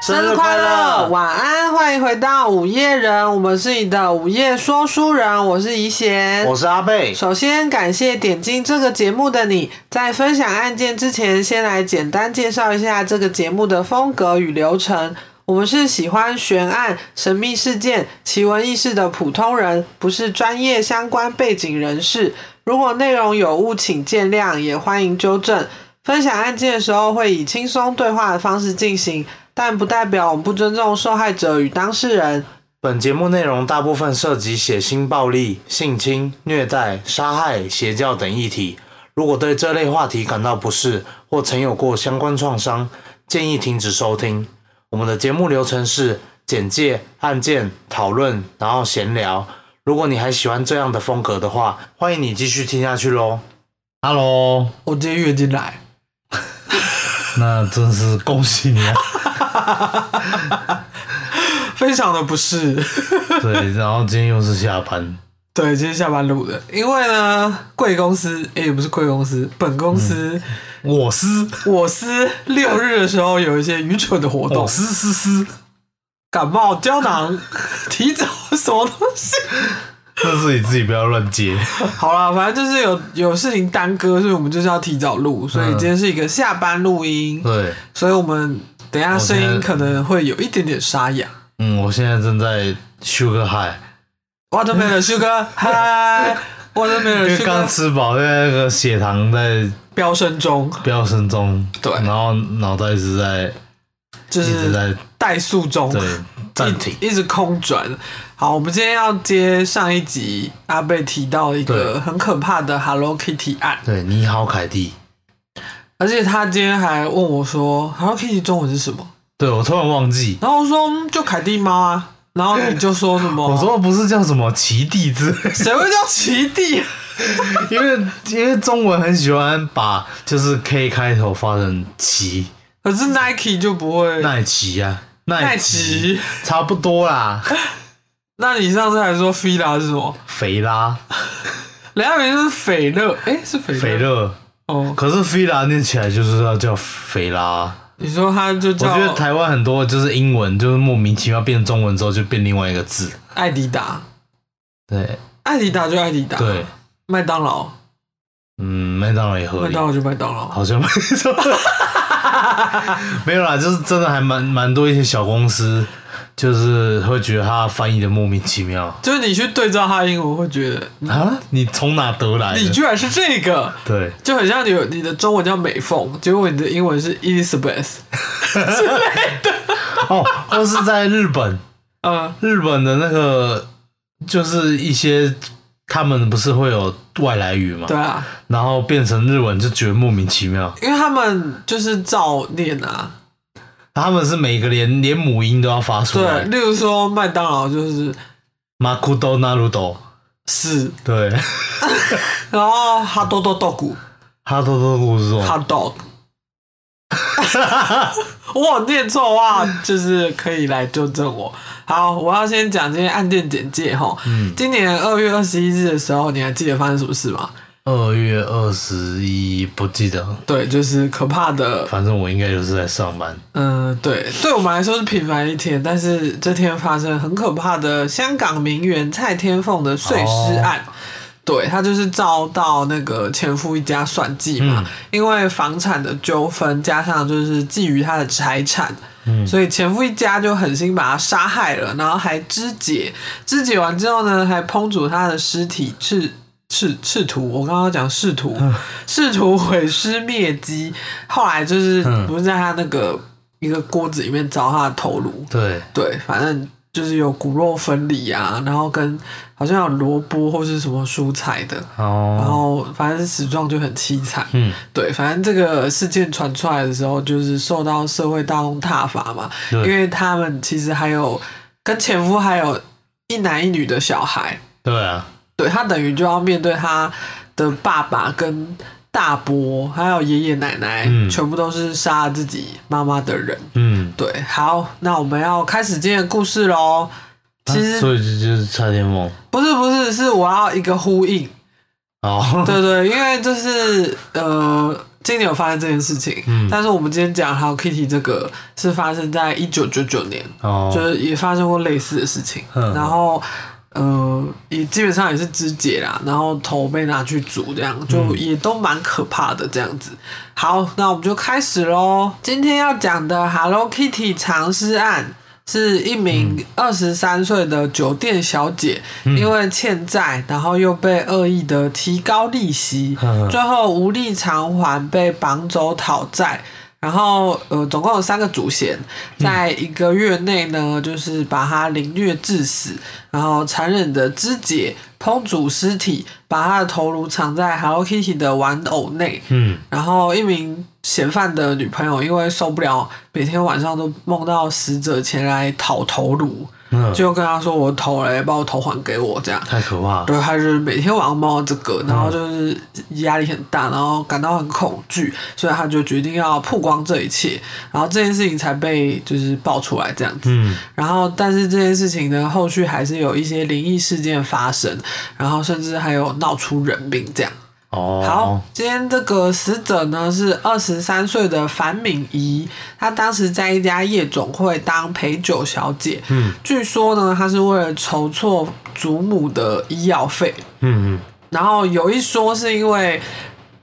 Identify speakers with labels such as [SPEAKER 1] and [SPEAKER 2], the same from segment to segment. [SPEAKER 1] 生日快
[SPEAKER 2] 哇！
[SPEAKER 1] 乐，晚安，欢迎回到午夜人，我们是你的午夜说书人，我是怡贤，
[SPEAKER 2] 我是阿贝，
[SPEAKER 1] 首先感谢点进这个节目的你。在分享案件之前，先来简单介绍一下这个节目的风格与流程。我们是喜欢悬案、神秘事件、奇闻异事的普通人，不是专业相关背景人士。如果内容有误，请见谅，也欢迎纠正。分享案件的时候会以轻松对话的方式进行，但不代表我们不尊重受害者与当事人。
[SPEAKER 2] 本节目内容大部分涉及血腥、暴力、性侵、虐待、杀害、邪教等议题。如果对这类话题感到不适，或曾有过相关创伤，建议停止收听。我们的节目流程是简介、案件、讨论，然后闲聊。如果你还喜欢这样的风格的话，欢迎你继续听下去喽。Hello，
[SPEAKER 1] 我今天月经来。
[SPEAKER 2] 那真是恭喜 你啊！
[SPEAKER 1] 非常的不适。
[SPEAKER 2] 对，然后今天又是下班，
[SPEAKER 1] 对，今天下班录的，因为呢，贵公司诶也不是贵公司，本公
[SPEAKER 2] 嗯
[SPEAKER 1] 司、
[SPEAKER 2] 我是
[SPEAKER 1] 我司六日的时候有一些愚蠢的活动，
[SPEAKER 2] 哦是是是，
[SPEAKER 1] 感冒胶囊 提早什么东西。
[SPEAKER 2] 但是你自己不要乱接。
[SPEAKER 1] 好啦，反正就是有有事情耽搁，所以我们就是要提早录，所以
[SPEAKER 2] 嗯
[SPEAKER 1] 今天是一个下班录 音，
[SPEAKER 2] 对，
[SPEAKER 1] 所以我们等一下声音可能会有一点点沙哑。
[SPEAKER 2] 嗯，我现在正在 Sugar High，
[SPEAKER 1] 我的没了，旭 哥，嗨，我的没
[SPEAKER 2] 因
[SPEAKER 1] 了，
[SPEAKER 2] 为
[SPEAKER 1] 旭哥
[SPEAKER 2] 刚，吃饱，现在那个血糖在
[SPEAKER 1] 飙升中，
[SPEAKER 2] 飙升中，
[SPEAKER 1] 对
[SPEAKER 2] 然后脑袋一直在
[SPEAKER 1] 就
[SPEAKER 2] 一直
[SPEAKER 1] 是
[SPEAKER 2] 在
[SPEAKER 1] 怠速中，
[SPEAKER 2] 对 暂停，
[SPEAKER 1] 一，一直空转。好，我们今天要接上一集阿贝提到一
[SPEAKER 2] 对
[SPEAKER 1] 个很可怕的 Hello Kitty 案，
[SPEAKER 2] 对，你好，凯蒂。
[SPEAKER 1] 而且他今天还问我说 Hello Kitty 中文是什么，
[SPEAKER 2] 对，我突然忘记，
[SPEAKER 1] 然后我说、嗯就凯蒂猫啊，然后你就说什 么，
[SPEAKER 2] 我说不是叫什么奇蒂之类的，
[SPEAKER 1] 谁会叫奇蒂？
[SPEAKER 2] 因为因为中文很喜欢把就是 K 开头发成奇，
[SPEAKER 1] 可是 Nike 就不会。
[SPEAKER 2] 奈奇啊，奈
[SPEAKER 1] 奈奇，
[SPEAKER 2] 差不多啦，
[SPEAKER 1] 那你上次还说 Fila 是什么？
[SPEAKER 2] 肥啦，
[SPEAKER 1] 雷亚明就是斐乐，哎、是斐
[SPEAKER 2] 肥乐。
[SPEAKER 1] 哦。
[SPEAKER 2] 可是菲拉念起来就是要叫菲拉，
[SPEAKER 1] 你说他就
[SPEAKER 2] 我
[SPEAKER 1] 叫
[SPEAKER 2] 觉得台湾很多就是英文就是莫名其妙变中文之后就变另外一个字，
[SPEAKER 1] 艾迪达，
[SPEAKER 2] 对
[SPEAKER 1] 艾迪达就艾迪达，
[SPEAKER 2] 对，
[SPEAKER 1] 麦当劳，
[SPEAKER 2] 嗯，麦当劳也合
[SPEAKER 1] 麦
[SPEAKER 2] 理，
[SPEAKER 1] 当劳就麦当劳。
[SPEAKER 2] 好像没错， 没有啦，就是真的还蛮蛮多一些小公司，就是会觉得它翻译的莫名其妙
[SPEAKER 1] 就是你去对照他的英文，会觉得
[SPEAKER 2] 啊，你从哪得来
[SPEAKER 1] 嗯你
[SPEAKER 2] 的？
[SPEAKER 1] 居然是这个，
[SPEAKER 2] 对，
[SPEAKER 1] 就很像你有你的中文叫美凤，结果你的英文是 Elizabeth，
[SPEAKER 2] 哦，或是在日本，
[SPEAKER 1] 呃，
[SPEAKER 2] 日本的那个就是一些他们不是会有外来语嘛？
[SPEAKER 1] 对啊，
[SPEAKER 2] 然后变成日文就觉得莫名其妙。
[SPEAKER 1] 因为他们就是照念啊，
[SPEAKER 2] 他们是每个连连母音都要发出
[SPEAKER 1] 对，
[SPEAKER 2] 来。
[SPEAKER 1] 例如说麦当劳就是
[SPEAKER 2] 马库多纳鲁斗，
[SPEAKER 1] 是，
[SPEAKER 2] 对，
[SPEAKER 1] 然后哈多多豆骨
[SPEAKER 2] 哈多多古是
[SPEAKER 1] 哈
[SPEAKER 2] 种，
[SPEAKER 1] 豆， 我有念错哇，就是可以来纠正我。好，我要先讲今天案件简介哈。
[SPEAKER 2] 嗯，
[SPEAKER 1] 今年二月二十一日的时候，你还记得发生什么事吗？
[SPEAKER 2] 二月二十一不记得，
[SPEAKER 1] 对，就是可怕的
[SPEAKER 2] 反正我应该就是在上班。
[SPEAKER 1] 嗯，对，对我们来说是平凡一天，但是这天发生很可怕的香港名媛蔡天凤的碎尸案。对，她就是遭到那个前夫一家算计嘛，
[SPEAKER 2] 嗯
[SPEAKER 1] 因为房产的纠纷，加上就是觊觎她的财产，
[SPEAKER 2] 嗯
[SPEAKER 1] 所以前夫一家就狠心把她杀害了，然后还肢解，肢解完之后呢，还烹煮她的尸体赤赤赤徒，我刚刚讲试图，
[SPEAKER 2] 嗯
[SPEAKER 1] 试图毁尸灭迹，后来就是
[SPEAKER 2] 嗯
[SPEAKER 1] 不是在他那个一个锅子里面找他的头颅，
[SPEAKER 2] 对，
[SPEAKER 1] 对，反正就是有骨肉分离啊，然后跟好像有萝卜或是什么蔬菜的，然
[SPEAKER 2] 哦，
[SPEAKER 1] 后反正死状就很凄惨。
[SPEAKER 2] 嗯，
[SPEAKER 1] 对，反正这个事件传出来的时候，就是受到社会大众挞伐嘛，因
[SPEAKER 2] 对，
[SPEAKER 1] 为他们其实还有跟前夫还有一男一女的小孩，
[SPEAKER 2] 对啊，
[SPEAKER 1] 对他等于就要面对他的爸爸跟大伯，还有爷爷奶奶，
[SPEAKER 2] 嗯
[SPEAKER 1] 全部都是杀了自己妈妈的人。
[SPEAKER 2] 嗯，
[SPEAKER 1] 对，好，那我们要开始今天的故事喽。其
[SPEAKER 2] 啊
[SPEAKER 1] 实
[SPEAKER 2] 所以就就是差点梦。
[SPEAKER 1] 不是不是，是我要一个呼应，
[SPEAKER 2] 哦，
[SPEAKER 1] 对对，因为就是呃，今年有发生这件事情，但是我们今天讲 Hello Kitty 这个是发生在一九九九年，
[SPEAKER 2] 哦，
[SPEAKER 1] 就是也发生过类似的事情，
[SPEAKER 2] 嗯
[SPEAKER 1] 然后呃，也基本上也是肢解啦，然后头被拿去煮，这样就
[SPEAKER 2] 嗯
[SPEAKER 1] 也都蛮可怕的这样子。好，那我们就开始喽。今天要讲的 Hello Kitty 藏尸案。是一
[SPEAKER 2] 嗯
[SPEAKER 1] 名二十三岁的酒店小姐，因为欠债，然后又被恶意的提高利息，
[SPEAKER 2] 嗯
[SPEAKER 1] 最后无力偿还，被绑走讨债。然后呃，总共有三个主嫌，
[SPEAKER 2] 嗯
[SPEAKER 1] 在一个月内呢，就是把他凌虐致死，然后残忍的肢解、烹煮尸体，把他的头颅藏在 Hello Kitty 的玩偶内。
[SPEAKER 2] 嗯，
[SPEAKER 1] 然后一名嫌犯的女朋友因为受不了，每天晚上都梦到死者前来讨头颅，
[SPEAKER 2] 嗯，
[SPEAKER 1] 就跟他说：“我头嘞，把我头还给我。”这样，
[SPEAKER 2] 太可怕了，
[SPEAKER 1] 对，他就是每天晚上梦到这个，然后就是压力很大，然后感到很恐惧，所以他就决定要曝光这一切，然后这件事情才被就是爆出来这样子。
[SPEAKER 2] 嗯
[SPEAKER 1] 然后，但是这件事情呢，后续还是有一些灵异事件发生，然后甚至还有闹出人命这样。
[SPEAKER 2] 哦，
[SPEAKER 1] 好，，今天这个死者呢是二十三岁的樊敏仪，她当时在一家夜总会当陪酒小姐。
[SPEAKER 2] 嗯
[SPEAKER 1] 据说呢，她是为了筹措祖母的医药费，
[SPEAKER 2] 嗯嗯，
[SPEAKER 1] 然后有一说是因为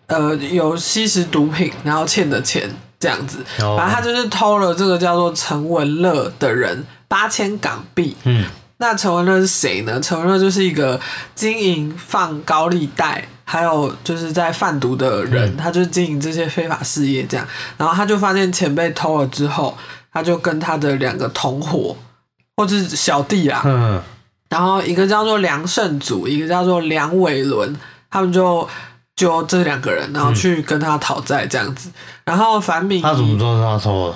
[SPEAKER 1] 呃有吸食毒品，然后欠的钱这样子，
[SPEAKER 2] 哦
[SPEAKER 1] 反正她就是偷了这个叫做陈文乐的人八千港币。
[SPEAKER 2] 嗯
[SPEAKER 1] 那陈文乐是谁呢？陈文乐就是一个经营放高利贷，还有就是在贩毒的人，
[SPEAKER 2] 嗯
[SPEAKER 1] 他就经营这些非法事业这样。然后他就发现钱被偷了之后，他就跟他的两个同伙或是小 弟啊，
[SPEAKER 2] 嗯
[SPEAKER 1] 然后一个叫做梁胜祖，一个叫做梁伟伦，他们就。就这两个人，然后去跟他讨债这样子，然后樊敏仪
[SPEAKER 2] 嗯他怎么知道是他偷的？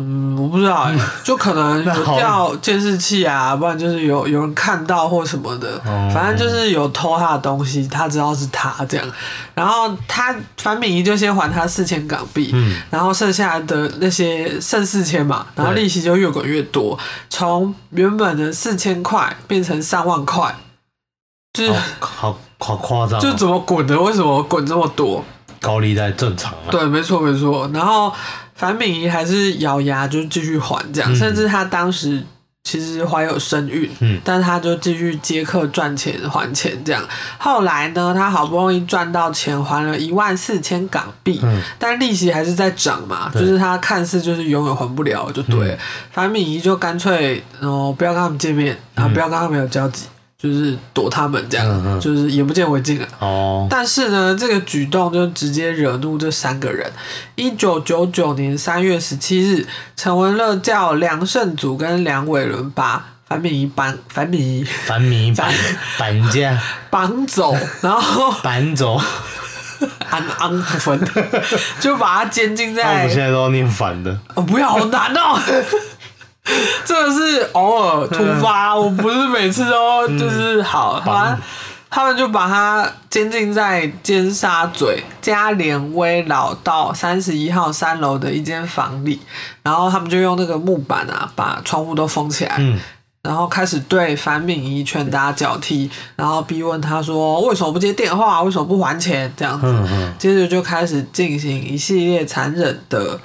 [SPEAKER 1] 嗯，我不知道、 欸，就可能
[SPEAKER 2] 那
[SPEAKER 1] 有
[SPEAKER 2] 好
[SPEAKER 1] 掉监视器啊，不然就是有有人看到或什么的，
[SPEAKER 2] 哦
[SPEAKER 1] 反正就是有偷他的东西，他知道是他这样。然后他樊敏仪就先还他四千港币，
[SPEAKER 2] 嗯
[SPEAKER 1] 然后剩下的那些剩四千嘛，然后
[SPEAKER 2] 对
[SPEAKER 1] 利息就越滚越多，从原本的四千块变成三万块，就是、
[SPEAKER 2] 哦好好好夸张哦，
[SPEAKER 1] 嗯就怎么滚的？为什么滚这么多？
[SPEAKER 2] 高利贷正常啊，
[SPEAKER 1] 对，没错没错。然后樊敏仪还是咬牙就继续还这样，甚至她当时其实怀有身孕，
[SPEAKER 2] 嗯
[SPEAKER 1] 但她就继续接客赚钱还钱这样。后来呢，她好不容易赚到钱，还了一万四千港币，
[SPEAKER 2] 嗯
[SPEAKER 1] 但利息还是在涨嘛，就
[SPEAKER 2] 对
[SPEAKER 1] 是她看似就是永远还不了，就对了。
[SPEAKER 2] 嗯
[SPEAKER 1] 樊敏仪就干脆哦、呃不要跟他们见面，然后不要跟他们有交集。就是躲他们这样，
[SPEAKER 2] 嗯嗯
[SPEAKER 1] 就是眼不见为净啊。
[SPEAKER 2] 哦，
[SPEAKER 1] 但是呢，这个举动就直接惹怒这三个人。一九九九年三月十七日，陈文乐叫梁胜祖跟梁伟伦把樊敏仪绑樊敏仪
[SPEAKER 2] 反米板板 架
[SPEAKER 1] 绑走，然后
[SPEAKER 2] 板走，
[SPEAKER 1] 安安分， 就把他 监禁
[SPEAKER 2] 那我
[SPEAKER 1] 在
[SPEAKER 2] 们现在都要念反的，
[SPEAKER 1] 哦，不要，好难 哦。这个是偶尔突发，我不是每次都就是好，反正他们就把他监禁在尖沙咀嘉联威老道三十一号三楼的一间房里，然后他们就用那个木板啊把窗户都封起来，
[SPEAKER 2] 嗯
[SPEAKER 1] 然后开始对樊敏仪拳打脚踢，然后逼问他说为什么不接电话，为什么不还钱这样子，
[SPEAKER 2] 嗯嗯，
[SPEAKER 1] 接着就开始进行一系列残忍的。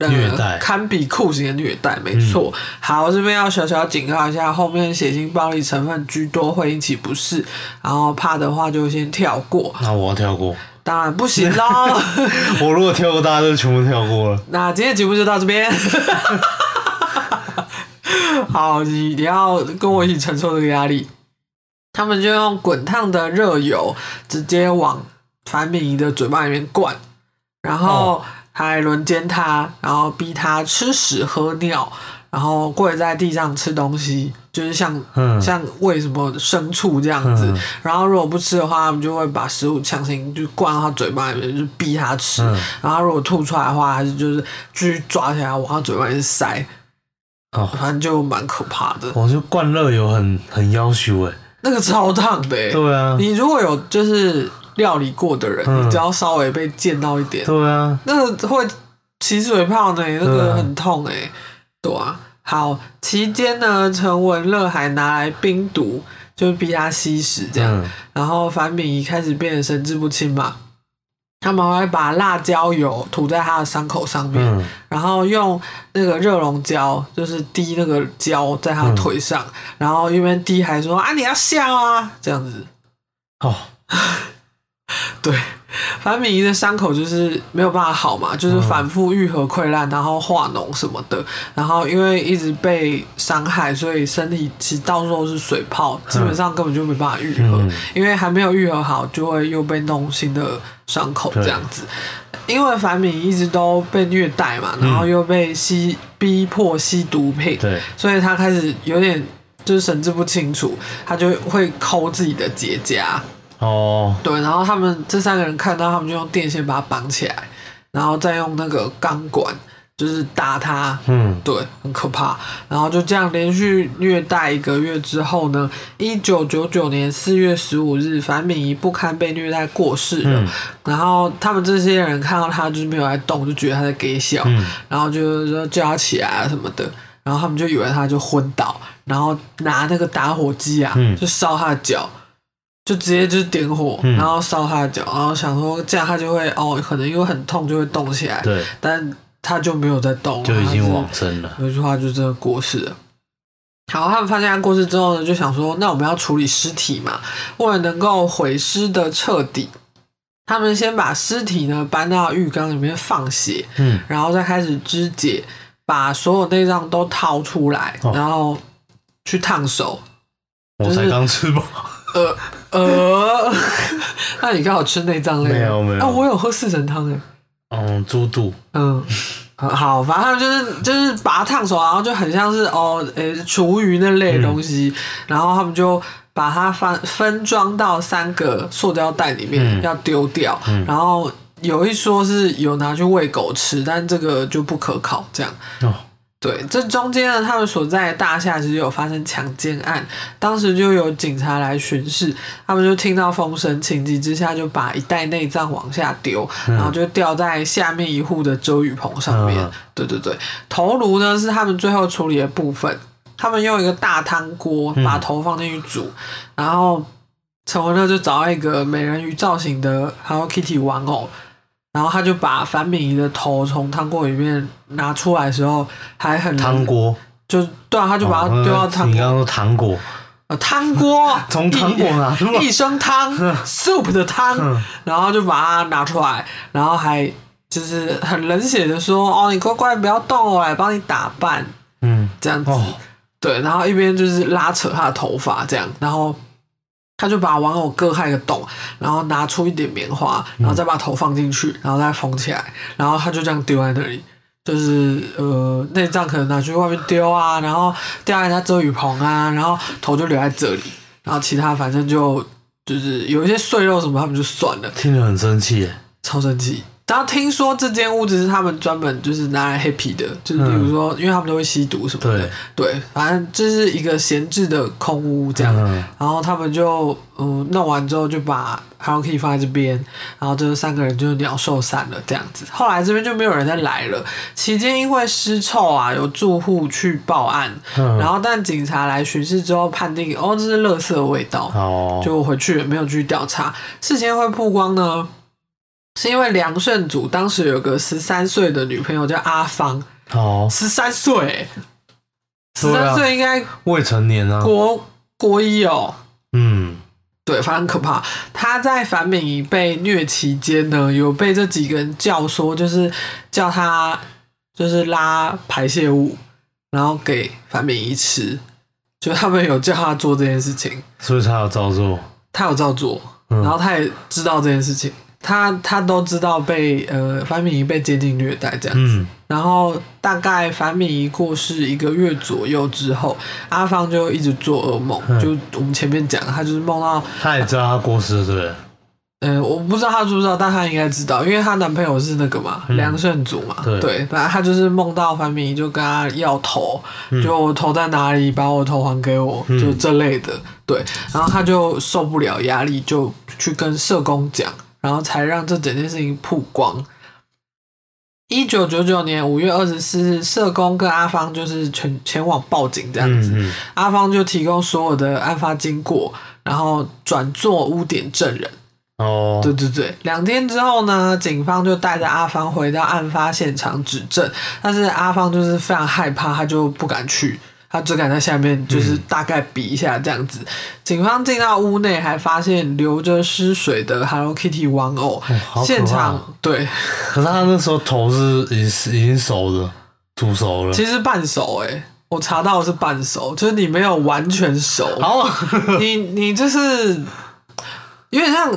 [SPEAKER 1] 呃
[SPEAKER 2] 虐待嗯
[SPEAKER 1] 堪比酷刑的虐待，没错。好，这边要小小警告一下，后面血腥暴力成分居多，会引起不适，然后怕的话就先跳过。
[SPEAKER 2] 那我要跳过，
[SPEAKER 1] 当然不行喽。
[SPEAKER 2] 我如果跳过，大家就全部跳过了，
[SPEAKER 1] 那今天的节目就到这边。 好，你你要跟我一起承受这个压力。他们就用滚烫的热油直接往樊敏仪的嘴巴里面灌，然后
[SPEAKER 2] 哦
[SPEAKER 1] 还轮奸她，然后逼她吃屎喝尿，然后跪在地上吃东西，就是像、
[SPEAKER 2] 嗯
[SPEAKER 1] 像喂什么牲畜这样子。
[SPEAKER 2] 嗯
[SPEAKER 1] 然后如果不吃的话，他们就会把食物强行就灌到他嘴巴里面，就逼他吃。
[SPEAKER 2] 嗯
[SPEAKER 1] 然后他如果吐出来的话，还是就是继续抓起来往他嘴巴里面塞，
[SPEAKER 2] 哦。
[SPEAKER 1] 反正就蛮可怕的。
[SPEAKER 2] 我就灌热油很很要求哎，
[SPEAKER 1] 那个超烫的、欸，
[SPEAKER 2] 对啊，
[SPEAKER 1] 你如果有就是料理过的人，
[SPEAKER 2] 嗯
[SPEAKER 1] 你只要稍微被溅到一点，
[SPEAKER 2] 对啊，
[SPEAKER 1] 那个会起水泡呢、那
[SPEAKER 2] 对
[SPEAKER 1] 个
[SPEAKER 2] 啊
[SPEAKER 1] 很痛哎、对啊。好，期间呢，陈文乐还拿来冰毒，就逼他吸食这样。
[SPEAKER 2] 嗯
[SPEAKER 1] 然后樊敏仪开始变得神志不清嘛，他们会把辣椒油涂在他的伤口上面，
[SPEAKER 2] 嗯
[SPEAKER 1] 然后用那个热熔胶，就是滴那个胶在他的腿上，然后一边滴还说啊你要笑啊这样子，
[SPEAKER 2] 哦，
[SPEAKER 1] 对，反正敏仪的伤口就是没有办法好嘛，
[SPEAKER 2] 嗯
[SPEAKER 1] 就是反复愈合溃烂，然后化脓什么的，然后因为一直被伤害，所以身体其实到处都是水泡，基本上根本就没办法愈合，
[SPEAKER 2] 嗯
[SPEAKER 1] 因为还没有愈合好，就会又被弄新的伤口这样子。因为樊敏一直都被虐待嘛，然后又被吸逼迫吸毒品，
[SPEAKER 2] 嗯对，
[SPEAKER 1] 所以他开始有点就是神志不清楚，他就会抠自己的结痂，
[SPEAKER 2] 哦，
[SPEAKER 1] 对，然后他们这三个人看到，他们就用电线把他绑起来，然后再用那个钢管就是打他，
[SPEAKER 2] 嗯，
[SPEAKER 1] 对，很可怕。然后就这样连续虐待一个月之后呢，一九九九年四月十五日，樊敏仪不堪被虐待过世了。
[SPEAKER 2] 嗯
[SPEAKER 1] 然后他们这些人看到他就是没有在动，就觉得他在给小，
[SPEAKER 2] 嗯
[SPEAKER 1] 然后就说叫他起来啊什么的。然后他们就以为他就昏倒，然后拿那个打火机啊，
[SPEAKER 2] 嗯
[SPEAKER 1] 就烧他的脚。就直接就是点火，
[SPEAKER 2] 嗯
[SPEAKER 1] 然后烧他的脚，然后想说这样他就会哦，可能因为很痛就会动起来，
[SPEAKER 2] 对，
[SPEAKER 1] 但他就没有再动了，啊
[SPEAKER 2] 就已
[SPEAKER 1] 他
[SPEAKER 2] 经
[SPEAKER 1] 是
[SPEAKER 2] 往生了。
[SPEAKER 1] 有一句话就真的过世了。好，他们发现他过世之后呢，就想说，那我们要处理尸体嘛，为了能够毁尸的彻底，他们先把尸体呢搬到浴缸里面放血，
[SPEAKER 2] 嗯，
[SPEAKER 1] 然后再开始肢解，把所有内脏都掏出来，
[SPEAKER 2] 哦
[SPEAKER 1] 然后去烫手。
[SPEAKER 2] 我
[SPEAKER 1] 是
[SPEAKER 2] 才刚吃 饱。
[SPEAKER 1] 呃呃， 那你刚好吃内脏类吗
[SPEAKER 2] 没有没有
[SPEAKER 1] 啊，我有喝四神汤诶、欸
[SPEAKER 2] 嗯，猪肚。
[SPEAKER 1] 嗯，好，反正他们就是就是把它烫熟，然后就很像是哦，呃，厨余那类的东西，
[SPEAKER 2] 嗯
[SPEAKER 1] 然后他们就把它分分装到三个塑胶袋里面、
[SPEAKER 2] 嗯
[SPEAKER 1] 要丢掉，
[SPEAKER 2] 嗯
[SPEAKER 1] 然后有一说是有拿去喂狗吃，但这个就不可靠，这样。
[SPEAKER 2] 哦，
[SPEAKER 1] 对，这中间呢，他们所在的大厦其实有发生强奸案，当时就有警察来巡视，他们就听到风声，情急之下就把一袋内脏往下丢，然后就掉在下面一户的遮雨棚上面。
[SPEAKER 2] 嗯
[SPEAKER 1] 对对对，头颅呢是他们最后处理的部分，他们用一个大汤锅把头放进去煮，然后陈文乐就找到一个美人鱼造型的 Hello Kitty 玩偶，然后他就把樊敏仪的头从汤锅里面拿出来的时候，还很
[SPEAKER 2] 汤，锅。
[SPEAKER 1] 就对啊，他就把它丢到
[SPEAKER 2] 哦
[SPEAKER 1] 汤
[SPEAKER 2] 你
[SPEAKER 1] 锅，
[SPEAKER 2] 刚刚说糖果，
[SPEAKER 1] 呃汤锅
[SPEAKER 2] 从汤锅拿出来
[SPEAKER 1] 一一 升汤 soup 的汤
[SPEAKER 2] 嗯，
[SPEAKER 1] 然后就把它拿出来，然后还就是很冷血的说：“哦，你乖乖不要动，哦我来帮你打扮。”
[SPEAKER 2] 嗯，
[SPEAKER 1] 这样子，
[SPEAKER 2] 哦
[SPEAKER 1] 对，然后一边就是拉扯他的头发这样，然后他就把玩偶割开一个洞，然后拿出一点棉花，然后再把头放进去，然后再缝起来，然后他就这样丢在那里。就是呃，内脏可能拿去外面丢啊，然后掉在他遮雨棚啊，然后头就留在这里，然后其他反正就就是有一些碎肉什么，他们就算了，
[SPEAKER 2] 听着很生气耶。
[SPEAKER 1] 超神奇。然后听说这间屋子是他们专门就是拿来 happy 的，就是比如说，因为他们都会吸毒什么的，
[SPEAKER 2] 嗯对，
[SPEAKER 1] 对，反正就是一个闲置的空屋这样。
[SPEAKER 2] 嗯
[SPEAKER 1] 然后他们就嗯弄完之后就把 Hello Kitty 放在这边，然后这三个人就鸟兽散了这样子。后来这边就没有人再来了。期间因为尸臭啊，有住户去报案，
[SPEAKER 2] 嗯
[SPEAKER 1] 然后但警察来巡视之后判定哦这是垃圾的味道，
[SPEAKER 2] 哦，
[SPEAKER 1] 就回去也没有继续调查。事情会曝光呢，是因为梁胜祖当时有个十三岁的女朋友叫阿芳，
[SPEAKER 2] 好，
[SPEAKER 1] 十三岁，十
[SPEAKER 2] 对啊
[SPEAKER 1] 三岁应该
[SPEAKER 2] 未成年啊。
[SPEAKER 1] 国国一哦。
[SPEAKER 2] 嗯，
[SPEAKER 1] 对，反正很可怕。他在樊敏仪被虐期间呢，有被这几个人教唆，就是叫他就是拉排泄物，然后给樊敏仪吃，就他们有叫他做这件事情，
[SPEAKER 2] 所以他有照做。
[SPEAKER 1] 他有照做，
[SPEAKER 2] 嗯
[SPEAKER 1] 然后他也知道这件事情，他他都知道被呃樊敏仪被监禁虐待这样子。
[SPEAKER 2] 嗯，
[SPEAKER 1] 然后大概樊敏仪过世一个月左右之后，阿芳就一直做噩梦，
[SPEAKER 2] 嗯
[SPEAKER 1] 就我们前面讲，她就是梦到，
[SPEAKER 2] 他也知道他过世了，对不对？
[SPEAKER 1] 嗯，我不知道她知不知道，但她应该知道，因为她男朋友是那个嘛，
[SPEAKER 2] 嗯
[SPEAKER 1] 梁胜祖嘛，
[SPEAKER 2] 对
[SPEAKER 1] 对，反正她就是梦到樊敏仪就跟她要头，就我头在哪里，把我头还给我，
[SPEAKER 2] 嗯
[SPEAKER 1] 就这类的，对，然后她就受不了压力，就去跟社工讲，然后才让这整件事情曝光。一九九九年五月二十四日，社工跟阿芳就是前前往报警这样子，
[SPEAKER 2] 嗯嗯
[SPEAKER 1] 阿芳就提供所有的案发经过，然后转做污点证人，
[SPEAKER 2] 哦，
[SPEAKER 1] 对对对，两天之后呢，警方就带着阿芳回到案发现场指证，但是阿芳就是非常害怕，他就不敢去，他只敢在下面就是大概比一下这样子。警方进到屋内，还发现流着湿水的 Hello Kitty 玩偶，
[SPEAKER 2] 哎好可怕
[SPEAKER 1] 现场对，
[SPEAKER 2] 可是他那时候头是已经已经熟的，煮熟了。
[SPEAKER 1] 其实半熟哎、我查到的是半熟，就是你没有完全熟，
[SPEAKER 2] 好，啊
[SPEAKER 1] 你你就是有点像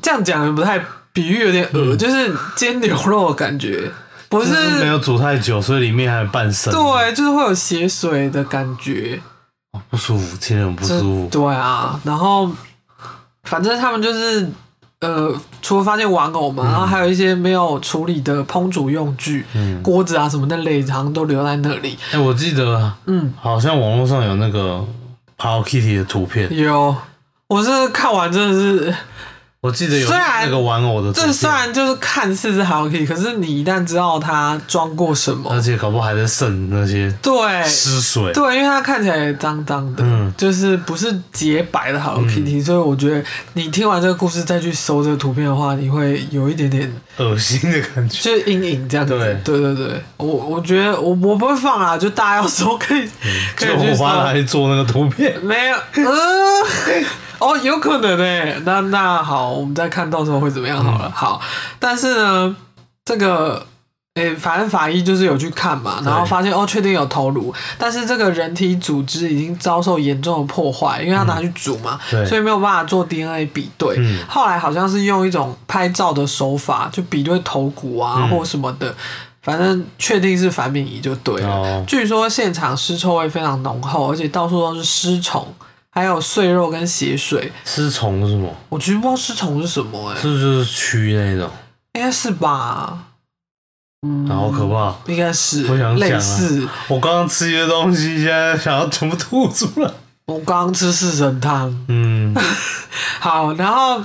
[SPEAKER 1] 这样讲也不太，比喻有点恶，就是煎牛肉的感觉，
[SPEAKER 2] 嗯
[SPEAKER 1] 不
[SPEAKER 2] 就是是没有煮太久，所以里面还有半生，，
[SPEAKER 1] 对，就是会有血水的感觉，
[SPEAKER 2] 不舒服，听着很不
[SPEAKER 1] 这
[SPEAKER 2] 舒服。
[SPEAKER 1] 对啊，然后反正他们就是呃，除了发现玩偶嘛，然后还有一些没有处理的烹煮用具、
[SPEAKER 2] 嗯，
[SPEAKER 1] 锅子啊什么那类，好像都留在那里。
[SPEAKER 2] 哎，我记得
[SPEAKER 1] 嗯，
[SPEAKER 2] 好像网络上有那个 Hello Kitty 的图片，
[SPEAKER 1] 有，我是看完真的是，
[SPEAKER 2] 我记得有
[SPEAKER 1] 虽然
[SPEAKER 2] 那个玩偶的图
[SPEAKER 1] 这虽
[SPEAKER 2] 片，
[SPEAKER 1] 然就是看似是 Hello Kitty，可是你一旦知道它装过什么
[SPEAKER 2] 而，且搞不好还在渗那些
[SPEAKER 1] 对，
[SPEAKER 2] 湿水。
[SPEAKER 1] 对，因为它看起来脏脏的，
[SPEAKER 2] 嗯
[SPEAKER 1] 就是不是洁白的 Hello Kitty，、所以我觉得你听完这个故事再去搜这个图片的话，你会有一点点
[SPEAKER 2] 恶心的感觉。
[SPEAKER 1] 就是阴影这样子。
[SPEAKER 2] 对
[SPEAKER 1] 对对对，我我觉得我我不会放啊，就大家要搜可以、可
[SPEAKER 2] 嗯就
[SPEAKER 1] 以去
[SPEAKER 2] 我
[SPEAKER 1] 搜，
[SPEAKER 2] 妈来做那个图片，
[SPEAKER 1] 没有，呃，哦，有可能诶、那那好，我们再看到时候会怎么样
[SPEAKER 2] 嗯
[SPEAKER 1] 好了。好，但是呢，这个。诶、反正法医就是有去看嘛，然后发现哦，确定有头颅，但是这个人体组织已经遭受严重的破坏，因为他拿去煮嘛，
[SPEAKER 2] 嗯对
[SPEAKER 1] 所以没有办法做 DNA 比对。
[SPEAKER 2] 嗯
[SPEAKER 1] 后来好像是用一种拍照的手法，就比对头骨啊、
[SPEAKER 2] 嗯
[SPEAKER 1] 或什么的，反正确定是樊敏仪就对了。
[SPEAKER 2] 哦
[SPEAKER 1] 据说现场尸臭味非常浓厚，而且到处都是尸虫，还有碎肉跟血水。
[SPEAKER 2] 吃虫是吗？
[SPEAKER 1] 我其实不知道尸虫是什么、欸，
[SPEAKER 2] 是不是就是蛆那种？
[SPEAKER 1] 应该是吧？嗯，
[SPEAKER 2] 啊好可怕！
[SPEAKER 1] 应该是
[SPEAKER 2] 不想讲啊
[SPEAKER 1] 类似。
[SPEAKER 2] 我刚刚吃一些东西，现在想要全部吐出来。
[SPEAKER 1] 我刚刚吃四神汤，
[SPEAKER 2] 嗯，
[SPEAKER 1] 好，然后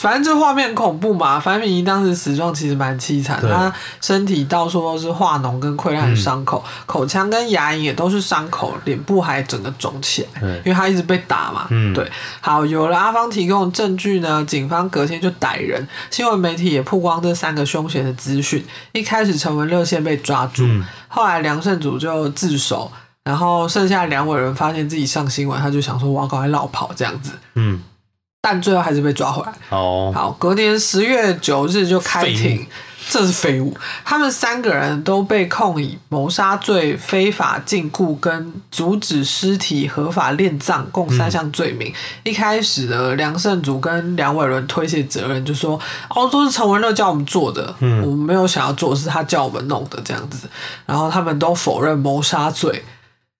[SPEAKER 1] 反正这画面很恐怖嘛。樊敏仪当时死状其实蛮凄惨，
[SPEAKER 2] 对
[SPEAKER 1] 她身体到处都是化脓跟溃烂的伤口，
[SPEAKER 2] 嗯
[SPEAKER 1] 口腔跟牙龈也都是伤口，脸部还整个肿起来。
[SPEAKER 2] 对
[SPEAKER 1] 因，为他一直被打嘛。
[SPEAKER 2] 嗯
[SPEAKER 1] 对。好，有了阿芳提供的证据呢，警方隔天就逮人，新闻媒体也曝光这三个凶嫌的资讯。一开始陈文乐先被抓住，
[SPEAKER 2] 嗯
[SPEAKER 1] 后来梁胜祖就自首。然后剩下梁伟伦发现自己上新闻，他就想说我要赶快绕跑这样子，
[SPEAKER 2] 嗯，
[SPEAKER 1] 但最后还是被抓回来。
[SPEAKER 2] 好，
[SPEAKER 1] 好，隔年十月九日就开
[SPEAKER 2] 废
[SPEAKER 1] 庭，这是废物。他们三个人都被控以谋杀罪、非法禁锢跟阻止尸体合法殓葬，共三项罪名。一开始呢，梁胜祖跟梁伟伦推卸责任，就说：“哦，都是陈文乐叫我们做的，
[SPEAKER 2] 嗯
[SPEAKER 1] 我们没有想要做，是他叫我们弄的这样子。”然后他们都否认谋杀罪。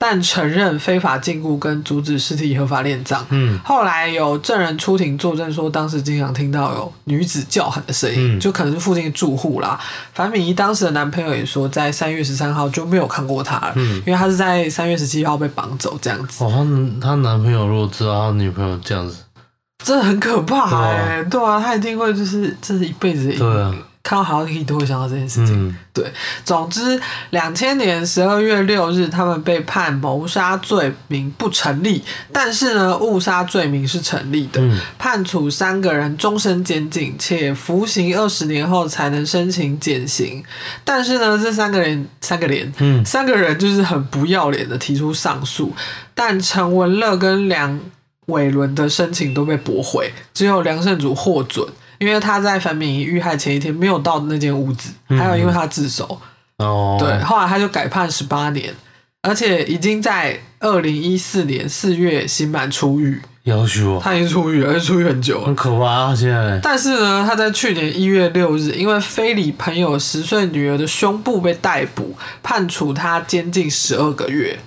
[SPEAKER 1] 但承认非法禁锢跟阻止尸体合法殓葬，
[SPEAKER 2] 嗯
[SPEAKER 1] 后来有证人出庭作证说，当时经常听到有女子叫喊的声音，
[SPEAKER 2] 嗯
[SPEAKER 1] 就可能是附近的住户啦。樊敏仪当时的男朋友也说，在三月十三号就没有看过她了，
[SPEAKER 2] 嗯
[SPEAKER 1] 因为她是在三月十七号被绑走这样子，
[SPEAKER 2] 哦，她她男朋友如果知道她女朋友这样子，
[SPEAKER 1] 真的很可怕
[SPEAKER 2] 对啊
[SPEAKER 1] 哎、对啊，她一定会就是这是一辈子的阴
[SPEAKER 2] 对
[SPEAKER 1] 影。
[SPEAKER 2] 啊，
[SPEAKER 1] 看到 Hello Kitty 都会想到这件事情。
[SPEAKER 2] 嗯，
[SPEAKER 1] 对，总之，两千年十二月六日，他们被判谋杀罪名不成立，但是呢，误杀罪名是成立的。
[SPEAKER 2] 嗯
[SPEAKER 1] 判处三个人终身监禁，且服刑二十年后才能申请减刑。但是呢，这三个人，三个人，
[SPEAKER 2] 嗯
[SPEAKER 1] 三个人就是很不要脸的提出上诉，但陈文乐跟梁伟伦的申请都被驳回，只有梁胜祖获准，因为他在樊敏仪遇害前一天没有到那间屋子，还有因为他自首，
[SPEAKER 2] 嗯哦，
[SPEAKER 1] 对，，后来他就改判十八年，而且已经在二零一四年四月刑满出狱，
[SPEAKER 2] 要求我，
[SPEAKER 1] 他已经出狱了，而且出狱很久了。
[SPEAKER 2] 很可怕啊，现在，
[SPEAKER 1] 但是呢，他在去年一月六日，因为非礼朋友十岁女儿的胸部被逮捕，判处他监禁十二个月。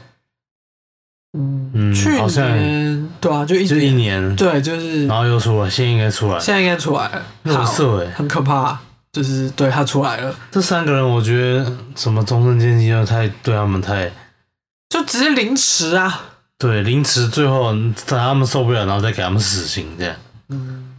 [SPEAKER 1] 嗯，
[SPEAKER 2] 嗯
[SPEAKER 1] 去
[SPEAKER 2] 好像
[SPEAKER 1] 年对啊，就一
[SPEAKER 2] 就一
[SPEAKER 1] 年，
[SPEAKER 2] 年，
[SPEAKER 1] 对，就是
[SPEAKER 2] 然后又出来，现在应该出来，
[SPEAKER 1] 现在应该出来了，
[SPEAKER 2] 那
[SPEAKER 1] 好
[SPEAKER 2] 么色哎，
[SPEAKER 1] 很可怕，就是对他出来了，
[SPEAKER 2] 这三个人我觉得什么终身监禁又太对他们太。
[SPEAKER 1] 就直接凌迟啊！
[SPEAKER 2] 对，凌迟最后等他们受不了，然后再给他们死刑，这样。
[SPEAKER 1] 嗯，